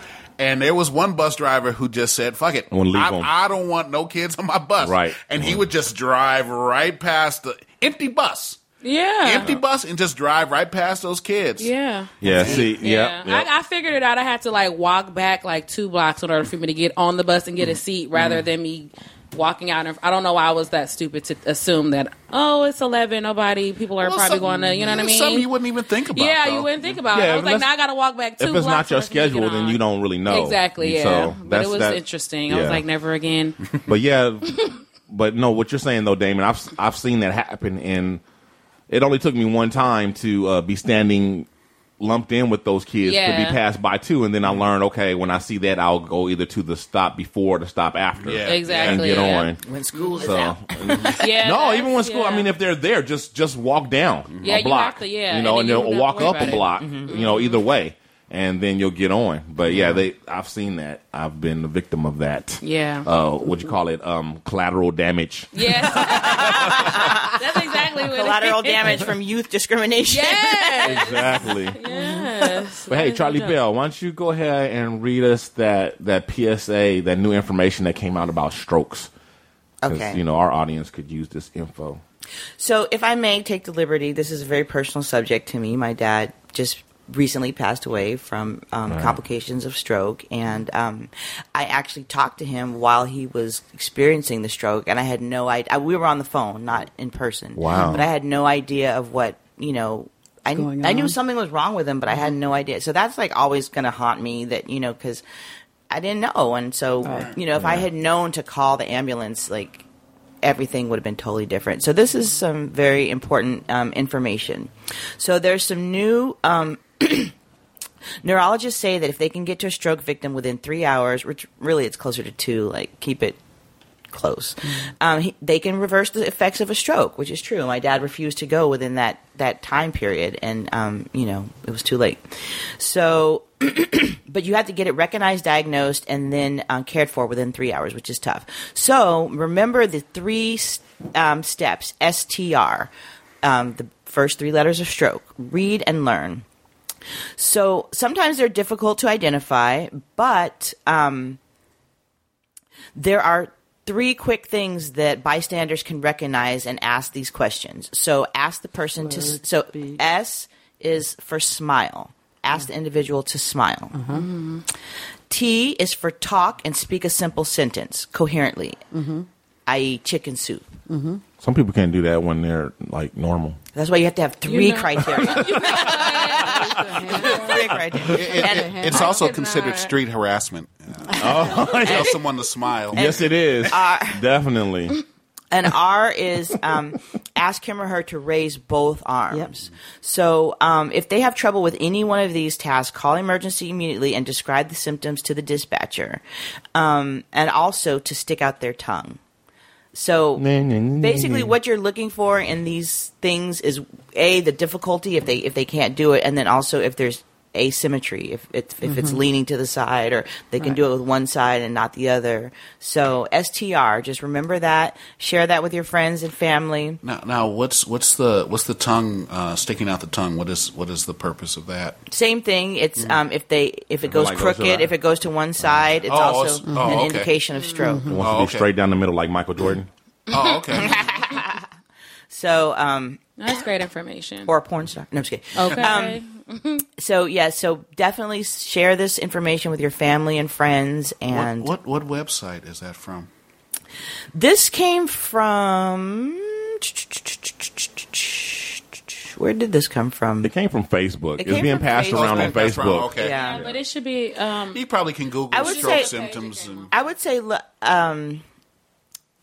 S11: And there was one bus driver who just said, "Fuck it,
S5: I wanna leave 'em."
S11: I, I don't want no kids on my bus."
S5: Right.
S11: and he would just drive right past the empty bus,
S8: yeah.
S11: empty bus, and just drive right past those kids.
S8: Yeah.
S5: Yeah, see,
S8: Yeah,
S5: yeah. yeah.
S8: I, I figured it out. I had to like walk back like two blocks in order for me to get on the bus and get a seat,
S5: Mm-hmm.
S8: rather than me walking out. in- I don't know why I was that stupid to assume that. Oh, it's eleven. Nobody. People are
S11: Well,
S8: probably
S11: some-
S8: going to. You know what I mean?
S11: Something you wouldn't even think about.
S8: yeah,
S11: though.
S8: you wouldn't think about it.
S5: Yeah,
S8: I was like,
S5: unless-
S8: now I got to walk back two
S5: if it's
S8: blocks.
S5: not your
S8: in order for me to
S5: schedule,
S8: get
S5: then
S8: on.
S5: you don't really know.
S8: Exactly. Yeah.
S5: So
S8: but
S5: that's-
S8: it was
S5: that-
S8: interesting. I was
S5: yeah.
S8: like, never again.
S5: But yeah, but no, what you're saying though, Damon, I've I've seen that happen, and it only took me one time to uh, be standing lumped in with those kids to
S8: Yeah.
S5: be passed by two, and then I learned okay, when I see that, I'll go either to the stop before or the stop after,
S8: Yeah. Exactly,
S5: and get
S8: yeah.
S5: on.
S10: When school
S5: So-
S8: yeah.
S5: no,
S8: that's-
S5: even when school.
S8: yeah.
S5: I mean, if they're there, just just walk down
S8: Yeah,
S5: a
S8: you
S5: block.
S8: have to, yeah,
S5: you know,
S8: and
S5: and,
S8: then you
S5: you'll
S8: don't
S5: walk
S8: worry
S5: up
S8: about
S5: a
S8: it.
S5: block.
S8: Mm-hmm.
S5: You know, either way, and then you'll get on. But yeah, they. I've seen that. I've been a victim of that.
S8: Yeah.
S5: Uh, what you call it? Um, collateral damage.
S8: Yes. That's exactly what it
S10: Collateral
S8: is.
S10: damage from youth discrimination.
S8: Yes.
S5: Exactly.
S8: yes.
S5: But hey,
S8: That's
S5: Charlie
S8: no joke.
S5: Bell, why don't you go ahead and read us that that PSA, that new information that came out about strokes? 'Cause,
S10: Okay.
S5: You know, our audience could use this info.
S10: So, if I may take the liberty, this is a very personal subject to me. My dad just recently passed away from um,
S13: Right.
S10: complications of stroke, and um, I actually talked to him while he was experiencing the stroke, and I had no idea. We were on the phone, not in person.
S13: Wow.
S10: But I had no idea of what you know. I,
S13: Going
S10: I knew
S13: on.
S10: something was wrong with him, but I had no idea. So that's like always going to haunt me. That you know because. I didn't know, and so you know, if I had known to call the ambulance, like everything would have been totally different. So this is some very important um, information. So there's some new. Um, Neurologists say that if they can get to a stroke victim within three hours, which really it's closer to two, like keep it close, um, he, they can reverse the effects of a stroke, which is true. My dad refused to go within that, that time period, and um, you know it was too late. So but you have to get it recognized, diagnosed, and then um, cared for within three hours, which is tough. So remember the three s- um, steps STR, um, the first three letters of stroke read and learn. So sometimes they're difficult to identify, but um, there are three quick things that bystanders can recognize and ask these questions. So ask the person to.
S13: Word,
S10: So S is for smile. Ask the individual to smile. T is for talk and speak a simple sentence coherently, i.e., chicken soup.
S5: Some people can't do that when they're like normal.
S10: That's why you have to have three
S11: You know-
S10: criteria. three
S11: It-
S10: criteria.
S11: it-
S10: And-
S11: it's also considered street harassment.
S5: Oh,
S11: tell someone to smile.
S5: yes, it is.
S10: Uh,
S5: Definitely.
S10: An R is um, ask him or her to raise both arms. So um, if they have trouble with any one of these tasks, call emergency immediately and describe the symptoms to the dispatcher, um, and also to stick out their tongue. So basically, what you're looking for in these things is a the difficulty if they if they can't do it, and then also if there's asymmetry if it's, if it's
S6: Mhm.
S10: leaning to the side or they can
S6: Right.
S10: do it with one side and not the other. So STR, just remember that. Share that with your friends and family.
S11: Now, now, what's what's the what's the tongue uh, sticking out the tongue? What is what is the purpose of that?
S10: Same thing. It's um, if they if it
S11: it,
S10: goes
S11: like, goes to
S10: crooked,
S11: that.
S10: if it goes to one side, it's
S11: Oh,
S10: also
S11: it's- oh,
S10: an
S11: okay.
S10: indication of stroke.
S5: It wants to be straight down the middle like Michael Jordan.
S11: Oh, okay.
S10: so, um,
S8: That's great information.
S10: or a porn star. No, I'm just kidding.
S8: Okay.
S10: Um, so yeah, so definitely share this information with your family and friends. And
S11: what, what what website is that from?
S10: this came from where did this come from? It
S5: came from Facebook.
S10: It
S5: it's
S10: came
S5: being
S10: from
S5: passed
S10: Facebook.
S5: around on
S10: Passed
S5: Facebook.
S10: around, okay. Yeah.
S8: but it should be. Um,
S11: he probably can Google
S10: I would
S11: stroke
S10: say-
S11: symptoms and
S10: I would say lo- um,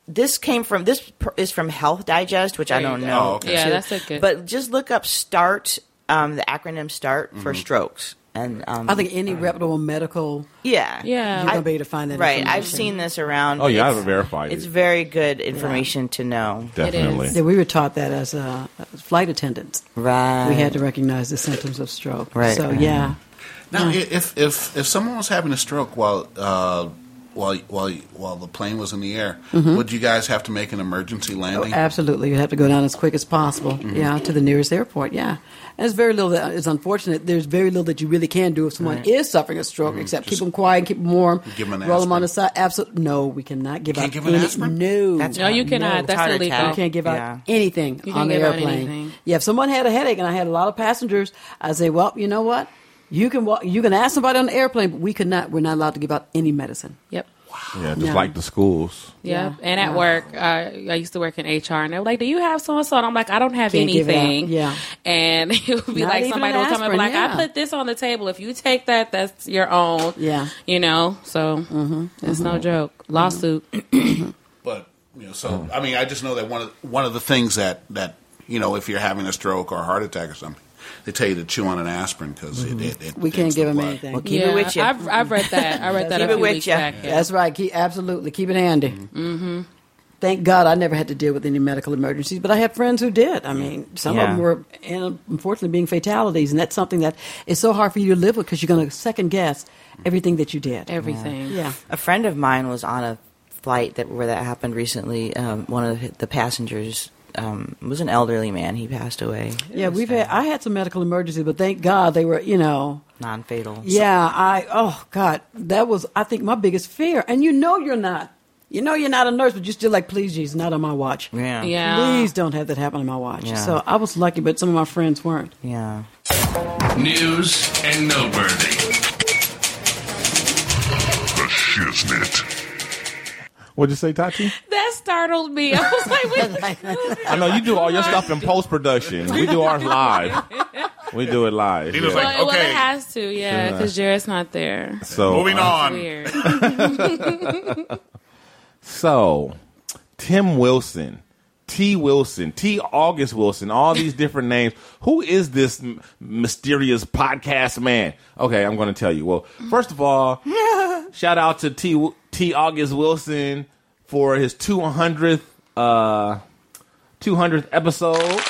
S10: this came from this pr- is from Health Digest, which
S11: There
S10: I
S11: you
S10: don't
S11: go.
S10: know.
S11: Oh, okay. Yeah,
S10: too.
S11: that's a good-
S10: But just look up START, um, the acronym START for
S5: Mm-hmm.
S6: Mhm.
S10: strokes, and um,
S6: I think any reputable medical.
S10: Yeah,
S6: Yeah. You're gonna be able to find that
S10: Right, I've
S6: information.
S10: seen this around.
S5: Oh, yeah,
S10: It's-
S5: I've verified
S10: It's
S5: it.
S10: very good information to know.
S5: Definitely.
S6: Yeah, we were taught that as uh, flight attendants.
S10: Right.
S6: We had to recognize the symptoms of stroke.
S11: Right.
S6: So yeah.
S11: Now,
S6: Mm.
S11: i if if if someone was having a stroke while uh, while while while the plane was in the air,
S6: Mhm.
S11: would you guys have to make an emergency landing?
S6: Oh, Absolutely, you have to go down as quick as possible.
S11: Mhm.
S6: Yeah, to the nearest airport. Yeah, and there's very little that is unfortunate. There's very little that you really can do if someone
S11: Right.
S6: is suffering a stroke, except keep them quiet, keep them warm,
S11: Mm-hmm. Give 'em an
S6: roll them on the side. Absolutely, no, we cannot give
S11: Can't
S6: out
S11: give an
S6: any.
S11: aspirin?
S6: No,
S8: That's No, you not- cannot. That's
S6: Heart
S8: illegal.
S6: attack. You can't give out
S8: Oh, Yeah.
S6: anything
S8: You can't
S6: on the
S8: give out
S6: airplane.
S8: anything.
S6: Yeah, if someone had a headache, and I had a lot of passengers, I say, well, you know what? You can walk, you can ask somebody on the airplane, but we could not. We're not allowed to give out any medicine.
S8: Yep.
S5: Yeah, just
S6: Yeah.
S5: like the schools.
S8: Yep.
S6: Yeah.
S8: And at
S6: Yeah.
S8: work, uh, I used to work in HR, and they were like, "Do you have so and so?" And I'm like, "I don't have
S6: Can't give it out.
S8: anything."
S6: Yeah.
S8: And it would be
S6: Not
S8: like
S6: even
S8: somebody
S6: an
S8: would come and be
S6: aspirin,
S8: like,
S6: yeah.
S8: "I put this on the table. If you take that, that's your own."
S6: Yeah. Mm-hmm.
S8: You know, so it's no joke. Lawsuit.
S11: But you know, so I mean, I just know that one of one of the things that that you know, if you're having a stroke or a heart attack or something, they tell you to chew on an aspirin because it, it, it
S6: We can't give them anything.
S11: Well,
S6: keep
S8: Yeah, I've, I've read that. I read that a few weeks back.
S6: That's right. Keep absolutely keep it handy. Mm-hmm. Thank God I never had to deal with any medical emergencies, but I had friends who did. I mean, some of
S10: Yeah.
S6: them were and unfortunately being fatalities, and that's something that is so hard for you to live with because you're going to second guess everything that you did.
S8: Everything.
S6: Yeah.
S10: A friend of mine was on a flight that where that happened recently. Um, one of the passengers um, was an elderly man. He passed away.
S6: Yeah, we've had I had some medical emergencies, but thank God they were, you know,
S10: Non fatal.
S6: Yeah, I oh God, that was I think my biggest fear. And you know you're not. You know you're not a nurse, but you're still like, please, Jesus, not on my watch.
S10: Yeah.
S8: Yeah.
S6: Please don't have that happen on my watch.
S8: Yeah.
S6: So I was lucky, but some of my friends weren't.
S10: Yeah.
S2: News and noteworthy. The shiznit.
S5: What'd you say, Tati?
S8: That startled me. I was like, "What?"
S5: I know you do all your stuff in post production. We do ours live. We do it live.
S8: well,
S5: yeah.
S8: it- well, it has to, yeah,
S5: Sure.
S8: because Jared's not there.
S5: So, Moving uh, on.
S8: That's weird.
S5: So, Tim Wilson, T. Wilson, T. August Wilson, all these different names. Who is this m- mysterious podcast man? Okay, I'm going to tell you. Well, first of all, shout out to T. W- T. August Wilson for his 200th uh, 200th episode.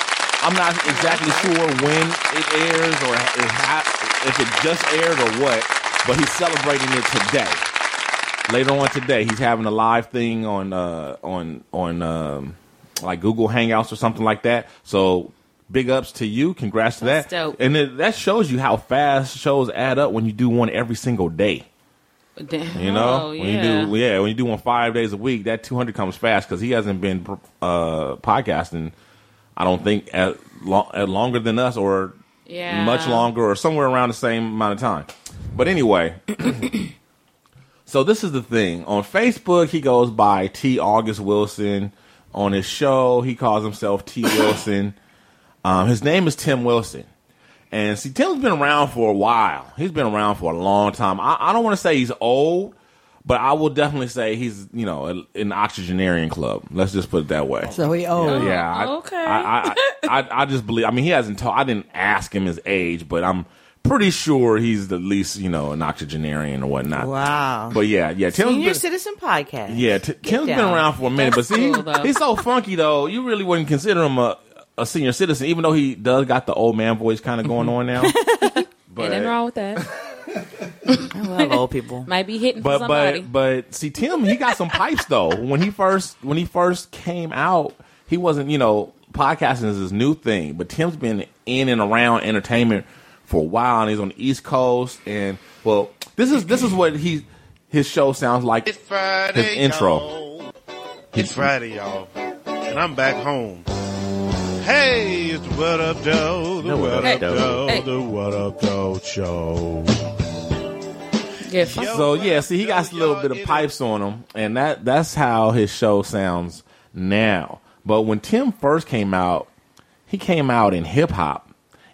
S5: I'm not exactly sure when it airs or if ha- if it just aired or what, but he's celebrating it today later on today he's having a live thing on uh on on um like google hangouts or something like that so big ups to you congrats to that
S8: That's dope.
S5: and it, that shows you how fast shows add up when you do one every single day
S8: Damn.
S5: you know
S8: Oh,
S5: when you do yeah when you do one five days a week that 200 comes fast because he hasn't been uh podcasting i don't think at, lo- at longer than us or
S8: Yeah.
S5: much longer or somewhere around the same amount of time but anyway so this is the thing on facebook he goes by t august wilson on his show he calls himself t wilson um, his name is tim wilson and see tim's been around for a while he's been around for a long time i, I don't want to say he's old but i will definitely say he's you know an oxygenarian club let's just put it that way
S6: So he old.
S5: yeah. I,
S6: Okay.
S5: I, I, I, I just believe. I mean, he hasn't. told I didn't ask him his age, but I'm pretty sure he's the least, you know, an octogenarian or whatnot.
S10: Wow.
S5: But Oh, yeah, yeah. Tim's
S10: Senior
S5: been-
S10: Citizen Podcast.
S5: yeah, t- Tim's been
S10: down.
S5: around for a minute,
S10: That's
S5: but see,
S10: cool, though.
S5: he's, he's so funky though. You really wouldn't consider him a a senior citizen, even though he does got the old man voice kind of going on now. But
S8: Ain't nothing wrong with that. I
S5: love old people.
S8: Might be hitting for
S5: but
S8: somebody.
S5: but but see Tim, he got some pipes though. When he first when he first came out, he wasn't you know podcasting is his new thing. But Tim's been in and around entertainment for a while, and he's on the East Coast. And well, this is this is what he his show sounds like. It's
S12: Friday,
S5: his intro.
S12: It's Friday, y'all, and I'm back home. Hey, it's what up, Doe? The
S5: No,
S12: what
S5: Hey,
S12: up, Doe?
S5: hey.
S12: The what up, Doe show?
S8: Yes.
S5: So yeah, see, he got a little bit of pipes on him, and that that's how his show sounds now. But when Tim first came out, he came out in hip hop,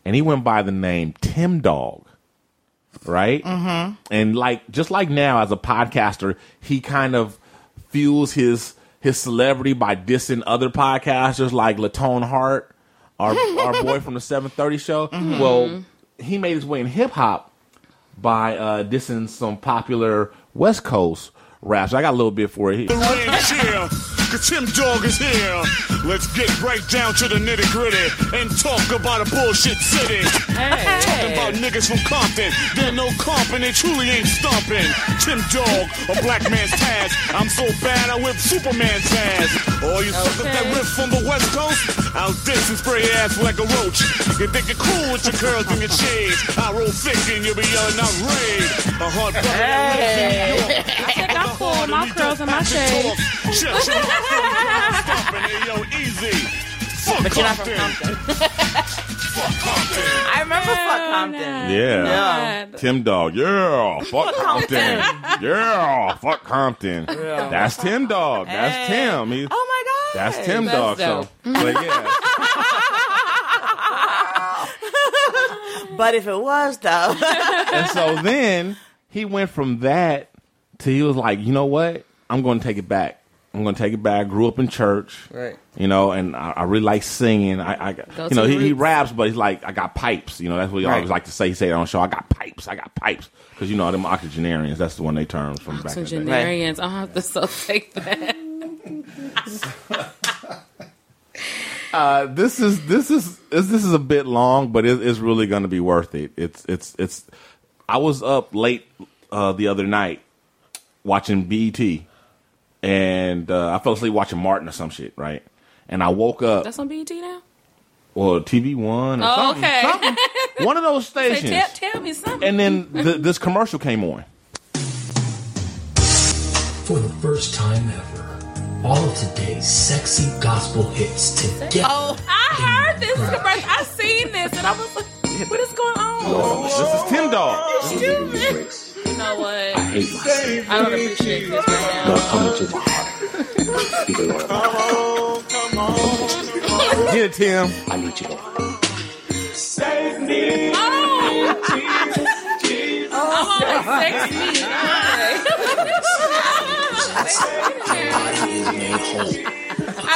S5: and he went by the name Tim Dog, right?
S13: Mhm.
S5: And like just like now, as a podcaster, he kind of fuels his his celebrity by dissing other podcasters like Latone Hart, our our boy from the Seven Thirty Show. Well, he made his way in hip hop by uh, dissing some popular West Coast raps. I got a little bit for it.
S14: The ring chill. The Tim Dog is here. Let's get right down to the nitty gritty and talk about a bullshit city. Talking about niggas from Compton. They're no comping, they truly ain't stomping. Tim Dog, a black man's task. I'm so bad I whip Superman's ass. All you suckers that riff from the West Coast, I'll diss and spray your ass like a roach. You think you're cool with your curls and your shades. I roll thick and you'll be yelling out raid. A hard brother that lives in New York.
S8: I think I'm cool with my curls and my shades.
S14: Fuck
S10: But you're not
S14: Compton.
S10: I remember Fuck Compton.
S5: Yeah. Tim Dog. Yeah. Fuck
S10: Fuck
S5: Compton.
S10: Compton.
S5: yeah. Fuck Compton.
S10: Yeah.
S5: That's Tim Dog. That's Tim. He's,
S10: oh my God.
S5: That's Tim
S10: That's
S5: Dog. So,
S10: dope.
S5: but yeah.
S10: But if it was though,
S5: and so then he went from that to he was like, you know what? I'm going to take it back. I'm going to take it back. Grew up in church.
S10: Right.
S5: You know, and I, I really like singing. I, I you know,
S10: to
S5: he,
S10: the
S5: he
S10: roots.
S5: raps, but he's like, I got pipes. You know, that's what he always
S10: Right.
S5: like to say. He said on the show, I got pipes. I got pipes. Because, you know, them octogenarians, that's the one they terms from back in the day.
S8: Octogenarians. I'll have to so take that.
S5: Uh, this is this is this, this is a bit long, but it, it's really going to be worth it. It's it's it's. I was up late uh, the other night watching BET, and uh, I fell asleep watching Martin or some shit, right? And I woke up,
S8: That's on BET now?
S5: well, TV One or
S8: Oh,
S5: something,
S8: okay.
S5: something- one of those
S8: Say,
S5: stations.
S8: tell, tell me something.
S5: and then th- this commercial came on.
S15: For the first time ever, all of today's sexy gospel hits together.
S8: Oh, I heard this commercial. I seen this, and I was like, "What is going on?"
S5: This is Tim Dog.
S8: You know what? I
S15: hate myself.
S8: I don't appreciate this right now.
S15: come into my heart. Be the Lord of my
S5: Get it, Tim.
S15: I need you, Lord.
S14: Save me.
S8: Oh. I'm on like sex meat.
S15: I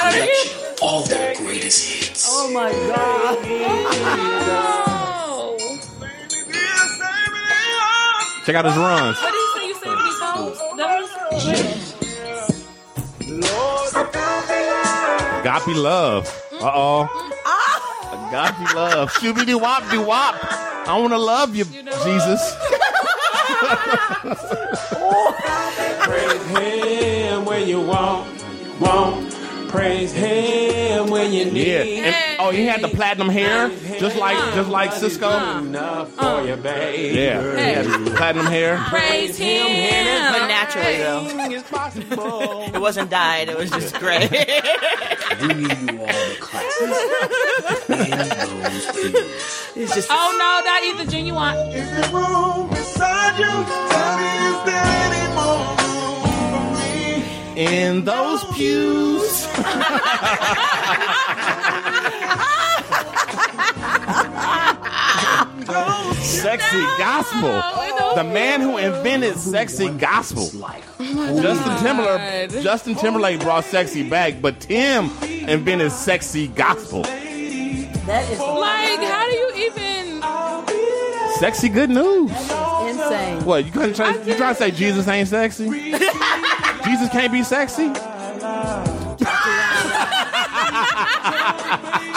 S15: don't know. All the greatest hits.
S6: Oh my God.
S8: Oh.
S5: Check out his runs.
S8: What do you say? You said these hoes?
S5: God be love. Uh oh. God be love. Shooby doo wop doo wop. I want to love you, Jesus.
S14: Praise him when you want, want. Praise him when you need.
S5: Yeah. And, oh, he had the platinum hair, just like just like Cisco.
S14: Enough for you, baby.
S5: Yeah, he had platinum hair.
S8: Praise him.
S10: but naturally though, it wasn't dyed. It was just gray.
S8: It's just. Oh no, not either genuine. Is the room beside you? Tell me, is there any more?
S5: In those pews. sexy gospel. The man who invented sexy gospel. Justin Timberlake. Justin Timberlake brought sexy back, but Tim invented sexy gospel.
S6: That is
S8: Like, how do you even?
S5: Sexy good news.
S6: insane.
S5: What you couldn't try? You trying to say Jesus ain't sexy? Jesus can't be sexy?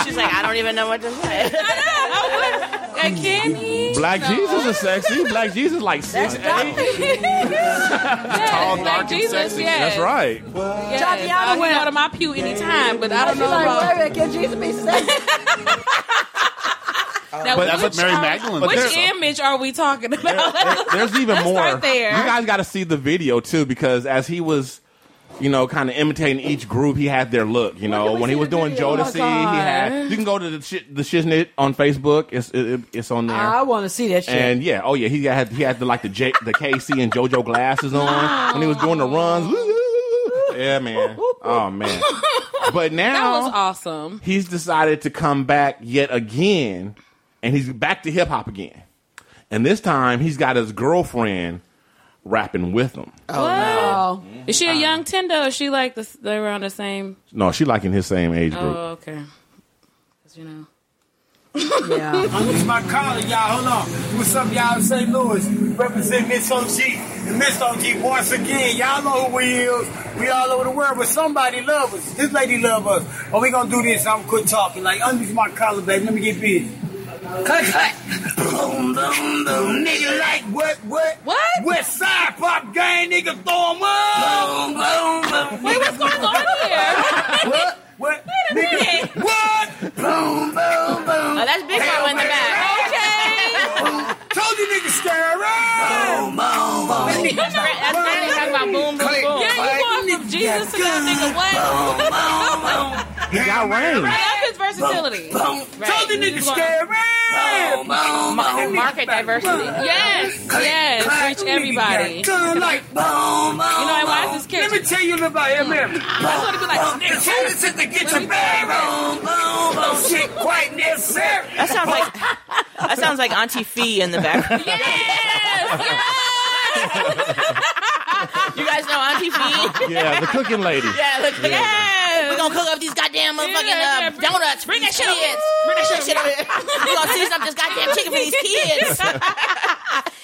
S10: She's like, I don't even know what to say.
S8: that candy.
S5: Black
S8: No.
S5: Jesus is sexy. Black Jesus like six
S8: yes,
S5: Tall,
S8: Black
S5: dark, and
S8: Jesus,
S5: sexy.
S8: Yes.
S5: That's right.
S8: Yes.
S6: Johnny, I
S8: I
S6: don't
S8: can
S6: win.
S8: go to my pew anytime, but I
S6: I'd
S8: don't
S6: be
S8: know
S6: like,
S8: about.
S6: wait a minute, can Jesus be sexy?
S8: Now,
S5: But
S8: which
S5: that's what Mary
S8: are-
S5: Magdalene
S8: Which
S5: does.
S8: image are we talking about?
S5: There's even
S8: Let's
S5: more.
S8: start there.
S5: You guys got to see the video too, because as he was, you know, kind of imitating each group, he had their look. You know, when he was doing
S6: video?
S5: Jodeci, he
S6: Oh, God.
S5: had. You can go to the shit, the shiznit on Facebook. It's it, it- it's on there.
S6: I want to see that shit.
S5: and yeah, oh yeah, he had he had the like the J, the KC and JoJo glasses on when he was doing the runs. Yeah, man. Oh man. But now
S8: that was awesome.
S5: he's decided to come back yet again, and he's back to hip hop again. And this time, he's got his girlfriend rapping with him.
S8: Oh, Is
S5: Uh,
S8: she a young Tinder? Or is she like the, they were on the same?
S5: No, she like in his same age group.
S8: Oh, okay. 'Cause, you know.
S6: Yeah.
S13: I'm just my collar, y'all. Hold on. What's up, y'all? in St. Louis. Represent Miss OG. And Miss OG, once again, y'all know who we is. We all over the world, but somebody love us. This lady love us. Oh, we gonna do this. I'm quit talking. Like, unleash my collar, baby. Let me get busy. Cut, cut. Boom, boom, boom. Nigga, like what, what? What? West Side Pop Gang, nigga, throw 'em up. Boom, boom, boom. Wait, what's going on here? what? What? Wait a minute. What? Boom, boom, boom.
S7: Oh, that's Big Mama in the back.
S13: Okay. Told you niggas scare Boom, boom, boom.
S7: That's what they talk about, boom, boom, boom.
S8: Yeah, you going from Jesus to that nigga what?
S5: He got range.
S8: I love his versatility.
S13: Told you niggas scare Boom, boom, boom.
S8: Market diversity. Yes, yes. Reach everybody.
S13: Gun like boom, boom.
S8: You know, and why is
S13: boom.
S8: this character-
S13: Let me tell you a little about MM.
S8: I wanna be like,
S13: The tennis is to get your bag on. Boom, boom. Shit quite necessary.
S10: That sounds like that sounds like Auntie Fee in the background.
S7: You guys know Auntie Fee?
S5: Yeah, the cooking lady.
S7: Yeah, look,
S5: Yeah.
S7: We're gonna cook up these goddamn motherfucking
S10: Yeah,
S7: uh, donuts. Bring that shit up. Bring that shit up. We're gonna season up this goddamn chicken for these kids.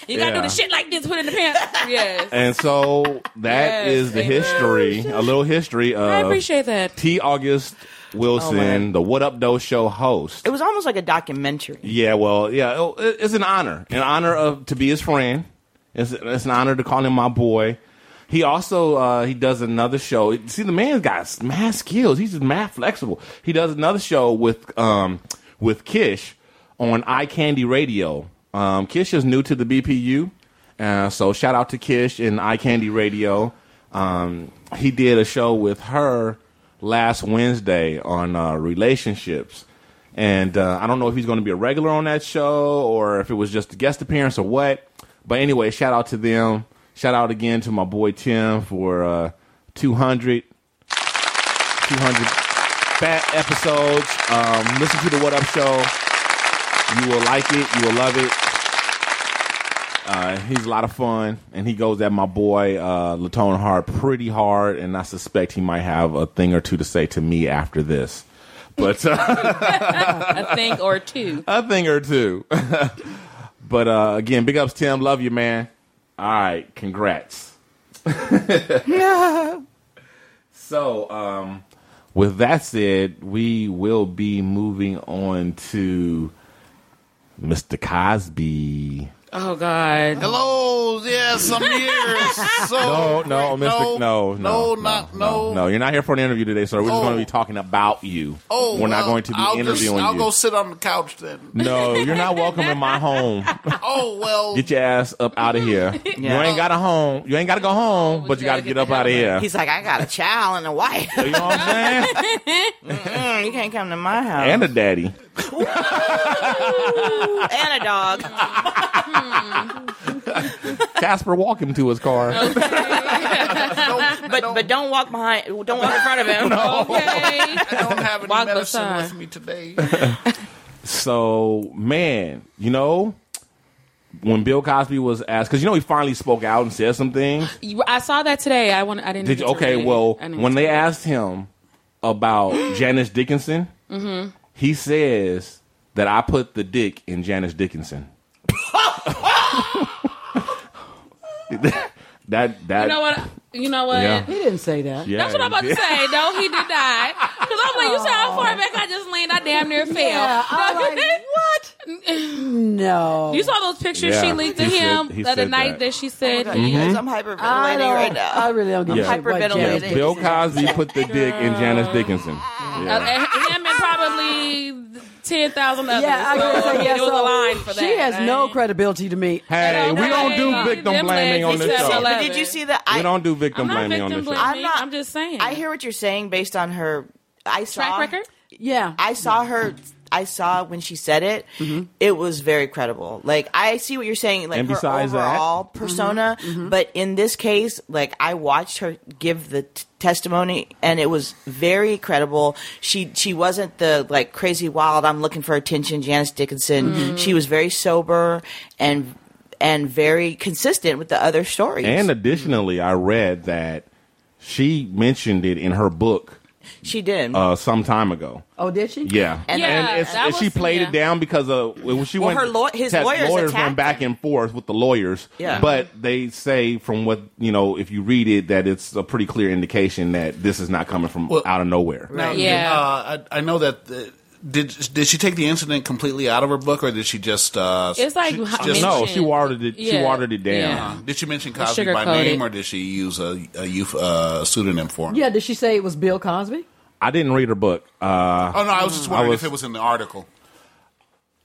S8: You gotta
S5: Yeah.
S8: do the shit like this, put it in the pants. Yes.
S5: And so that
S8: Yes,
S5: is the
S8: amen.
S5: history, a little history of
S8: I appreciate Oh, that.
S5: T. August Wilson,
S10: man.
S5: the What Up Doe Show host.
S10: It was almost like a documentary.
S5: Yeah, well, yeah, oh, it- it's an honor, an honor of to be his friend. It's, it's an honor to call him my boy. He also uh, he does another show. See, the man's got mad skills. He's just mad flexible. He does another show with um with Kish on Eye Candy Radio. Um, Kish is new to the BPU, uh, so shout out to Kish and Eye Candy Radio. Um, he did a show with her last Wednesday on uh, relationships. And uh, I don't know if he's going to be a regular on that show or if it was just a guest appearance or what. But anyway, shout out to them. Shout out again to my boy Tim for uh, 200, 200 fat episodes. Um, listen to the What Up Show. You will like it. You will love it. Uh, he's a lot of fun, and he goes at my boy uh, Latone Hart pretty hard, and I suspect he might have a thing or two to say to me after this. But uh,
S8: A thing or two.
S5: a thing or two. but uh, again, big ups, Tim. Love you, man. All right, congrats. so, um, with that said, we will be moving on to Mr. Cosby.
S8: Oh God.
S11: Hello, yeah, some years. So,
S5: No, no, Mr. No, no,
S11: no,
S5: no,
S11: not- no.
S5: no. You're not here for an interview today, sir. We're
S11: Oh.
S5: just going to be talking about you.
S11: Oh,
S5: we're not
S11: well,
S5: going to be
S11: I'll just-
S5: interviewing
S11: I'll
S5: you.
S11: go sit on the couch then.
S5: no, you're not welcome in my home.
S11: Oh well,
S5: Get your ass up out of here. You ain't got to home. You ain't got to go home, but you got to get up out of here.
S10: He's like, I got a child and a wife.
S5: You know what I'm saying?
S10: Mm-mm, you can't come to my house.
S5: and a daddy.
S10: and a dog.
S5: Casper walk him to his car.
S10: but but don't walk behind. Don't walk in front of him.
S8: Okay.
S11: I don't have any
S8: Walk
S11: medicine
S8: beside.
S11: with me today.
S5: So, man, you know, when Bill Cosby was asked, because you know he finally spoke out and said some things.
S8: You- I saw that today. I want. I didn't.
S5: Did you,
S8: get to
S5: okay,
S8: read it.
S5: well,
S8: I didn't
S5: when
S8: get
S5: they asked him about Janice Dickinson,
S8: to- Mhm.
S5: he says that I put the dick in Janice Dickinson. that that
S8: You know what? You know what?
S5: Yeah.
S6: He didn't say that.
S5: Yeah,
S8: That's what I'm about
S5: he
S8: to
S5: did.
S8: say. No, he did not. Because I'm like, you saw how far back I just leaned. I damn near fell.
S6: Yeah, I'm like,
S8: what?
S6: No.
S8: You saw those pictures
S6: Yeah,
S8: she leaked to
S6: he said-
S8: him
S6: he
S8: the other
S6: said
S8: night
S6: that. Oh
S8: that, she said,
S5: God, you guys, Mhm. I'm
S10: hyperventilating
S6: I don't- right now. I really don't give
S5: Yeah. Yeah, Bill Cosby put the dick in Janice Dickinson.
S8: Uh,
S5: Yeah.
S8: and him and probably ten thousand others.
S6: Yeah, I
S8: so,
S6: gotta say, yeah,
S8: it was a
S6: so
S8: line for that.
S6: She has
S8: right?
S6: no credibility to me.
S5: Hey, we don't do
S8: Hey,
S5: victim
S8: them
S5: blaming
S8: legs
S5: on this
S8: except
S5: show.
S8: eleven.
S10: Did you see that?
S5: We don't do victim blaming on this show.
S10: I'm not. I'm just saying. I hear what you're saying based on her. I saw
S8: Track record?
S6: Yeah,
S10: I saw her. I saw when she said it.
S5: Mm-hmm.
S10: It was very credible. Like I see what you're saying. Like
S5: And
S10: her
S5: besides that- Mm-hmm.
S10: overall persona, but in this case, like I watched her give the t- testimony, and it was very credible. She she wasn't the like crazy wild. I'm looking for attention, Janice Dickinson.
S5: Mhm.
S10: She was very sober and and very consistent with the other stories.
S5: And additionally, I read that she mentioned it in her book
S10: she did.
S5: uh, some time ago.
S6: oh, did she?
S5: Yeah, and,
S10: uh,
S5: and it's, and she played it down because of when she
S10: Well,
S5: went.
S10: her law- his
S5: had
S10: lawyers attacked
S5: went back and forth with the lawyers.
S10: Yeah.
S5: but they say from what you know, if you read it, that it's a pretty clear indication that this is not coming from out of nowhere.
S11: Now, Uh, I, I know that. Uh, did did she take the incident completely out of her book, or did she just? Uh,
S8: It's like
S11: she,
S8: how-
S5: no, she watered it. She
S8: Yeah.
S5: watered it down.
S11: Uh, did she mention Cosby
S6: Sugarcoat
S11: by name,
S6: it.
S11: or did she use a a youth, uh, pseudonym for him?
S6: Yeah, did she say it was Bill Cosby?
S5: I didn't read her book. Uh,
S11: Oh no, I was just wondering if it was in the article.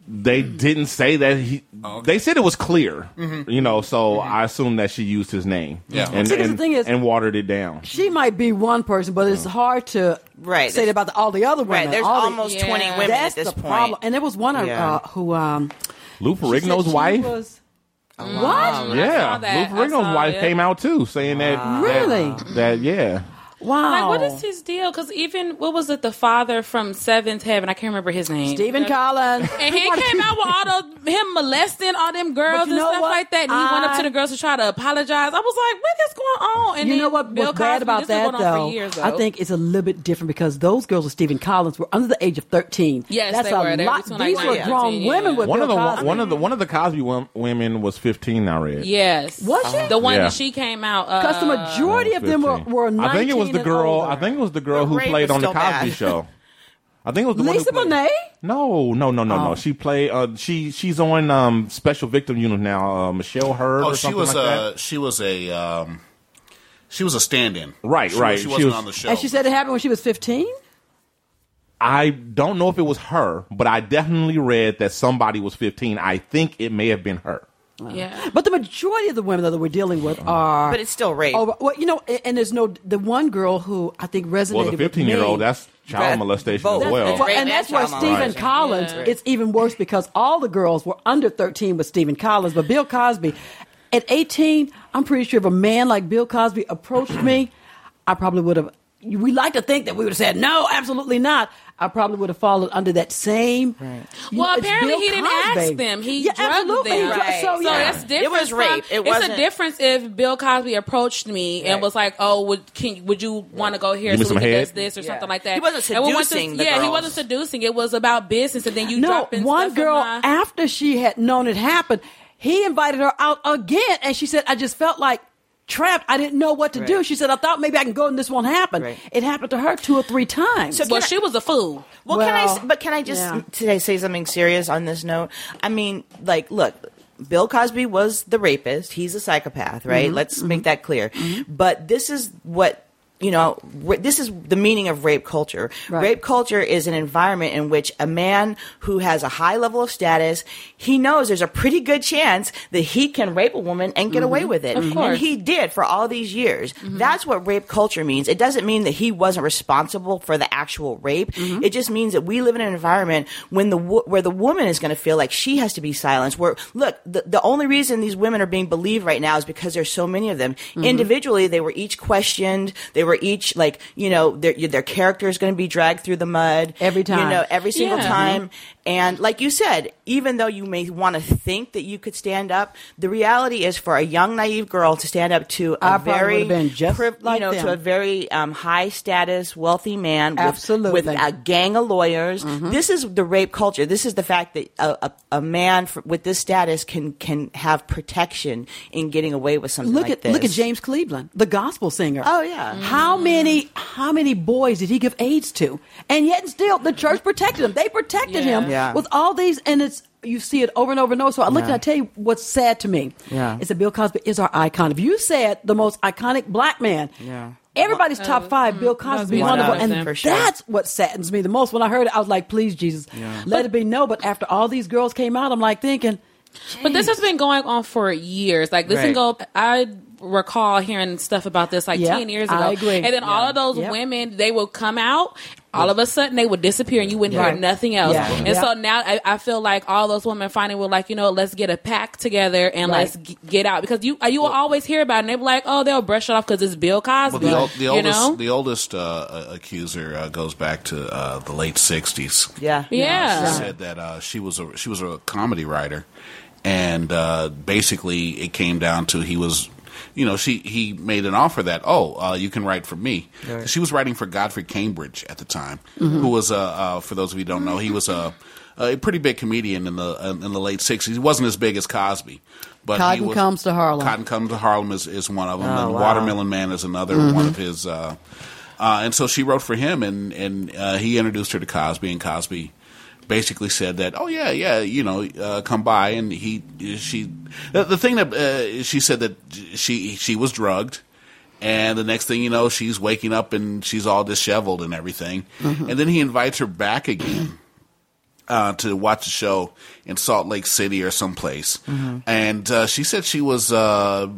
S5: They didn't say that he. They said it was clear,
S6: Mhm.
S5: you know. So I assume that she used his name.
S6: Yeah.
S5: and,
S6: See, 'cause the
S5: and-
S6: thing is-
S5: and watered it down.
S6: She might be one person, but it's
S5: Uh-huh.
S6: hard to
S10: right.
S6: say that about the, all the other women.
S10: Right, there's
S6: all the-
S10: almost 20 women
S6: That's
S10: at this
S6: the
S10: point.
S6: problem. And there was one uh,
S10: Yeah.
S6: uh, who um,
S5: Lou
S6: she said
S5: Ferrigno's
S6: she
S5: wife.
S6: was- what?
S5: yeah, Lou Ferrigno's wife came out too, saying that
S6: Really?
S5: that, that yeah.
S6: Wow.
S8: Like, what is his deal? Because even what was it? The father from Seventh Heaven. I can't remember his name.
S6: Stephen Collins.
S8: And he came out with all those him molesting all them girls
S6: you
S8: and
S6: know
S8: stuff
S6: what?
S8: like that. And he went up
S6: I-
S8: to the girls to try to apologize. I was like, what is going on? And
S6: you
S8: then
S6: know what
S8: Bill
S6: was bad
S8: Cosby,
S6: about
S8: this
S6: that
S8: was going on
S6: though,
S8: For years, though?
S6: I think it's a little bit different because those girls with Stephen Collins were under the age of thirteen.
S8: Yes,
S6: that's
S8: they
S6: a
S8: were. They were
S6: lot.
S8: between, like,
S6: These
S8: nine
S6: were
S8: and
S6: grown
S8: 13,
S6: women with
S5: One
S6: Bill
S5: of the
S6: Cosby.
S5: one of the one of the Cosby wom- women was fifteen. I read.
S8: Yes. Was
S5: she?
S8: The one
S5: Yeah.
S8: that she came out. Uh,
S6: Because the majority of them were, were 19
S5: I think it was the
S6: and
S5: girl.
S6: older.
S5: I think it was the girl
S6: But
S5: who
S6: rape
S5: played
S6: is
S5: on the Cosby
S6: still bad.
S5: Show. I think it was the
S6: Lisa
S5: one who
S6: Bonet?
S5: No, no, no, no,
S11: Oh.
S5: no. She played. Uh, she she's on um, special victim unit now. Uh, Michelle Hurd.
S11: Oh,
S5: or
S11: she
S5: something
S11: was
S5: like that.
S11: a she was a um, she was a stand-in.
S5: Right,
S11: she,
S5: right.
S11: She
S5: She
S11: wasn't
S5: was-
S11: on the show.
S6: And she said it happened when she was fifteen.
S5: I don't know if it was her, but I definitely read that somebody was 15. I think it may have been her.
S8: Yeah.
S6: But the majority of the women that we're dealing with are.
S10: But it's still rape.
S6: Oh, well, you know, and, and there's no the one girl who I think resonated.
S5: Well, the
S6: with
S5: 15 year
S6: me.
S5: old, that's child molestation as well.
S6: Well, and that's why Stephen
S5: Right.
S6: Collins.
S5: Yeah.
S6: It's even worse because all the girls were under thirteen with Stephen Collins, but Bill Cosby, at eighteen, I'm pretty sure if a man like Bill Cosby approached me, I probably would have. We like to think that we would have said no, absolutely not. I probably would have fallen under that same. You know,
S8: Well,
S6: it's
S8: apparently
S6: Bill
S8: he didn't
S6: Cosby.
S8: ask them. He
S6: yeah,
S8: drugged
S6: absolutely.
S8: them.
S6: He drugged- So,
S8: So
S6: yeah.
S8: that's different.
S10: was rape.
S8: from-
S10: It
S8: it's a
S10: wasn't-
S8: difference if Bill Cosby approached me and was like, "Oh, would can, would you want to go here?
S5: Give me
S8: so we
S5: some
S8: can
S5: head?
S8: this, this, or
S10: Yeah.
S8: something like that."
S10: He wasn't
S8: And we went to-
S10: seducing the
S8: yeah, he
S10: girls.
S8: wasn't seducing. It was about business, and then you
S6: no,
S8: dropping
S6: one
S8: stuff
S6: girl
S8: in my-
S6: after she had known it happened, he invited her out again, and she said, "I just felt like trapped. I didn't know what to do."
S8: Right.
S6: She said, "I thought maybe I can go, and this won't happen." It happened to her two or three times.
S10: So
S8: well, she was a fool.
S10: Well, can I? s-
S6: Well,
S10: But can I just
S6: yeah.
S10: today say something serious on this note? I mean, like, look, Bill Cosby was the rapist. He's a psychopath, right?
S6: Mhm,
S10: Let's make that clear.
S6: mm-hmm.
S10: But this is what you know. wh- This is the meaning of rape culture.
S6: Right.
S10: Rape culture is an environment in which a man who has a high level of status, he knows there's a pretty good chance that he can rape a woman and get
S6: Mm-hmm.
S10: away with it.
S8: Of
S10: And
S8: course.
S10: he did for all these years. That's what rape culture means. It doesn't mean that he wasn't responsible for the actual rape.
S6: Mm-hmm.
S10: It just means that we live in an environment when the wo- where the woman is going to feel like she has to be silenced. Where look, the, the only reason these women are being believed right now is because there's so many of them.
S6: Mm-hmm.
S10: Individually, they were each questioned. They were each like you know their their character is going to be dragged through the mud every
S6: time.
S10: You know every single
S6: Yeah.
S10: time. And like you said, even though you may want to think that you could stand up, the reality is for a young naive girl to stand up to a
S6: I probably
S10: very
S6: would've been just
S10: priv- you
S6: like
S10: know
S6: them.
S10: to a very um, high status wealthy man with,
S6: Absolutely.
S10: with a gang of lawyers.
S6: Mhm.
S10: This is the rape culture. This is the fact that a, a, a man f- with this status can can have protection in getting away with something
S6: look
S10: like
S6: at
S10: this.
S6: look at James Cleveland, the gospel singer.
S10: Oh, yeah. Mm.
S6: How many how many boys did he give AIDS to? And yet and still the church protected him. They protected
S10: Yeah.
S6: him
S10: Yeah.
S6: with all these and it's you see it over and over and over. So I looked and
S10: Yeah.
S6: I tell you what's sad to me
S10: Yeah.
S6: is that Bill Cosby is our icon. If you said the most iconic black man,
S10: Yeah.
S6: everybody's top five, Bill Cosby,
S10: Mm-hmm. One
S6: one of
S10: of
S6: them.
S10: them,
S6: And
S10: for sure.
S6: that's what saddens me the most. When I heard it, I was like, please, Jesus,
S10: Yeah.
S6: let it be no. But after all these girls came out, I'm like thinking,
S8: But this has been going on for years. Like, listen,
S6: Right.
S8: go. I recall hearing stuff about this like
S6: Yeah,
S8: 10 years ago.
S6: I agree.
S8: And then all
S6: Yeah.
S8: of those
S6: Yep.
S8: women, they would come out. All of a sudden, they would disappear, and you wouldn't
S6: Yeah.
S8: hear nothing else.
S6: Yeah.
S8: And
S6: Yeah.
S8: so now, I, I feel like all those women finally were like, you know, let's get a pack together and
S6: Right.
S8: let's g- get out because you you will always hear about it. And they be like, oh, they'll brush it off because it's Bill Cosby.
S11: Well, the, ol- the
S8: you
S11: oldest,
S8: know?
S11: the oldest uh, uh, accuser uh, goes back to uh, the late '60s.
S10: Yeah.
S8: Yeah.
S11: She said that uh, she was a she was a comedy writer, and uh, basically it came down to he was, you know, she he made an offer that oh uh, you can write for me.
S12: Right.
S11: She was writing for Godfrey Cambridge at the time,
S12: Mhm.
S6: Mm-hmm.
S11: who was a uh, for those of you who don't know he was a. A pretty big comedian in the in the late '60s. He wasn't as big as Cosby, but he
S6: Cotton
S11: was,
S6: comes to Harlem.
S11: Cotton Comes to Harlem is, is one of them.
S6: Oh,
S11: and
S6: wow.
S11: Watermelon Man is another
S6: Mhm.
S11: one of his. Uh, uh, and so she wrote for him, and and uh, he introduced her to Cosby, and Cosby basically said that, oh yeah, yeah, you know, uh, come by, and he she the, the thing that uh, she said that she she was drugged. And the next thing you know, she's waking up and she's all disheveled and everything.
S6: Mm-hmm.
S11: And then he invites her back again uh, to watch a show in Salt Lake City or someplace.
S6: Mm-hmm.
S12: Mhm.
S11: And uh, she said she was uh,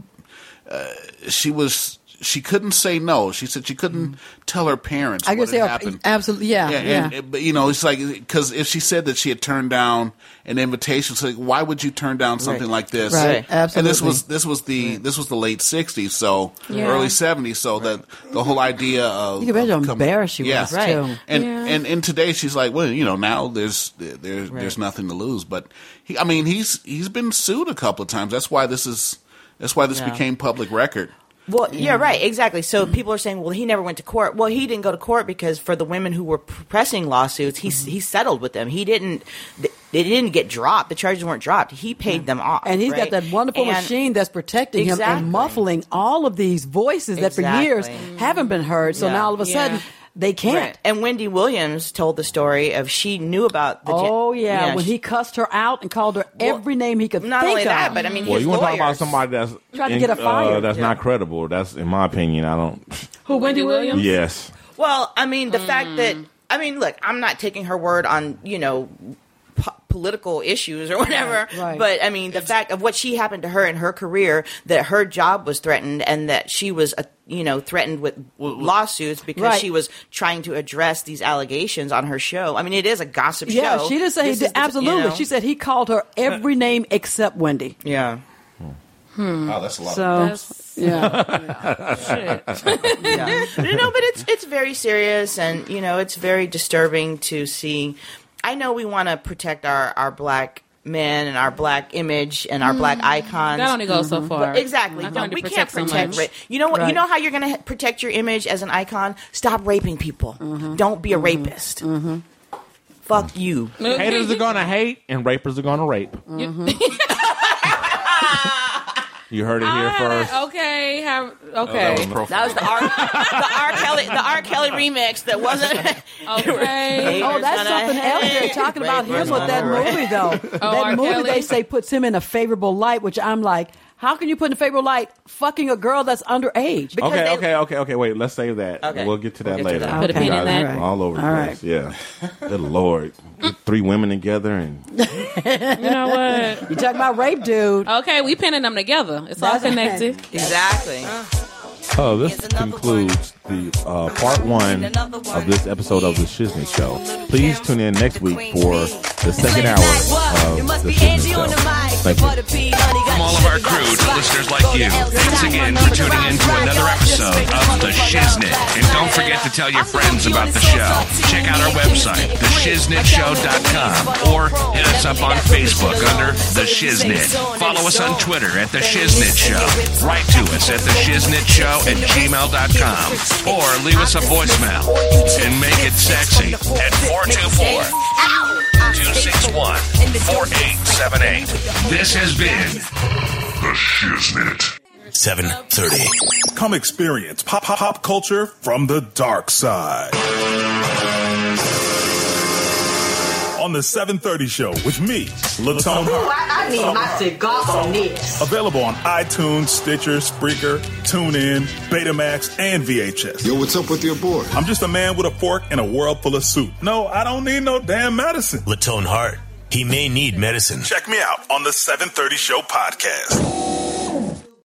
S11: uh, she was she couldn't say no. She said she couldn't tell her parents.
S6: Mm-hmm. I
S11: what
S6: guess they
S11: had
S6: are
S11: happened.
S6: absolutely, yeah, yeah.
S11: and- and- but you know, it's like because if she said that she had turned down an invitation, it's like why would you turn down something
S6: Right.
S11: like this?
S6: Right,
S11: And this
S6: absolutely.
S11: was this was the this was the late '60s, so
S6: Yeah.
S11: early '70s. So that the whole idea of
S6: you can imagine how embarrassed she
S11: yeah,
S6: was, too.
S11: And and and today she's like, well, you know, now there's there's there's nothing to lose. But he, I mean, he's he's been sued a couple of times. That's why this is that's why this
S10: Yeah.
S11: became public record.
S10: Well, yeah, right, exactly. So people are saying, well, he never went to court. Well, he didn't go to court because for the women who were p- pressing lawsuits, he
S6: Mm-hmm.
S10: s he settled with them. He didn't. th- They didn't get droropped. The charges weren't dropped. He paid them off,
S6: And he's got
S10: right?
S6: that wonderful
S10: And-
S6: machine that's protecting him
S10: Exactly.
S6: and muffling all of these voices that for years
S10: Exactly.
S6: haven't been heard. So
S10: Yeah.
S6: now all of a sudden
S10: Yeah.
S6: they can't.
S10: Right. And Wendy Williams told the story of she knew about the. gen-
S6: Oh yeah, when
S10: she-
S6: he cussed her out and called her every name he could
S10: not
S6: think
S10: only
S6: of.
S10: that, but I mean,
S5: Well,
S10: his
S5: you want to talk about
S10: lawyers-
S5: somebody that's
S6: Tried to get her fired.
S5: Uh, that's
S6: Yeah.
S5: not credible. That's in my opinion. I don't.
S10: Who Wendy Williams?
S5: yes.
S10: Well, I mean, the fact that
S6: Mm.
S10: I mean, look, I'm not taking her word on you know po- political issues or whatever,
S6: right.
S10: but I mean, the fact of what she happened to her in her career, that her job was threatened, and that she was uh, you know threatened with lawsuits because
S6: Right.
S10: she was trying to address these allegations on her show. I mean, it is a gossip
S6: yeah,
S10: show.
S6: she didn't say he
S10: This
S6: did.
S10: is the- you
S6: Absolutely,
S10: know.
S6: she said he called her every name except Wendy.
S10: Yeah.
S6: Hmm.
S11: Oh, that's a lot.
S6: So yeah.
S10: yeah. No, but it's it's very serious, and you know, it's very disturbing to see. I know we want to protect our our black men and our black image and our black
S8: Mm.
S10: icons.
S8: That only goes so
S6: Mm-hmm.
S10: But
S8: far.
S10: exactly.
S8: Not
S10: No,
S8: trying to
S10: we can't
S8: protect so
S10: protect.
S8: much.
S10: ra- you know what? You
S8: Right.
S10: know how you're going to protect your image as an icon? Stop raping people.
S8: Mm-hmm.
S10: Don't be a rapist. Fuck you.
S5: Haters are gonna hate, and rapers are gonna rape.
S6: Mm-hmm.
S5: You heard it here
S6: Ah,
S5: first.
S8: Ah, Okay, have,
S5: that
S8: okay.
S5: was profound.
S10: That was the R, the R Kelly the R Kelly remix that wasn't.
S8: Okay.
S6: Oh, that's something else they're talking about him with that movie though.
S8: Oh,
S6: that
S10: R.
S6: movie
S10: Kelly?
S6: they say puts him in a favorable light, which I'm like, how can you put in a favorable light fucking a girl that's underage?
S5: okay, okay, okay, okay. Wait, let's save that. We'll get to that
S6: We'll get to
S5: later.
S6: that. Put a pin in
S5: Guys,
S6: that.
S5: All over the
S6: All
S5: place. Yeah. Good lord. Get three women together and
S8: you know what?
S6: You talking about rape, dude?
S8: Okay, we pinning them together. It's all
S6: That's right.
S8: connected.
S10: Exactly.
S5: Oh, this concludes the uh, part one of this episode of the Shiznit Show. Please tune in next week for the second hour of the Shiznit Show. Thank you.
S2: From all of our crew to listeners like you, thanks again for tuning in to another episode of The Shiznit. And don't forget to tell your friends about the show. Check out our website, theshiznitshow.com, or hit us up on Facebook under The Shiznit. Follow us on Twitter at The Shiznit Show. Write to us at theshiznitshow at gmail.com, or leave us a voicemail and make it sexy at 424- 261 4878. This has been The Shiznit.
S16: 7:30. Come experience pop pop pop culture from the dark side. on the 730 show with me, Latone.
S7: Ooh, I- I need my cigar on this.
S16: Available on iTunes, Stitcher, Spreaker, TuneIn, Betamax, and VHS. Yo, what's up with your boy? I'm just a man with a fork and a world full of soup. No, I don't need no damn medicine.
S4: Latone Hart. He may need medicine.
S16: Check me out on the 730 Show podcast.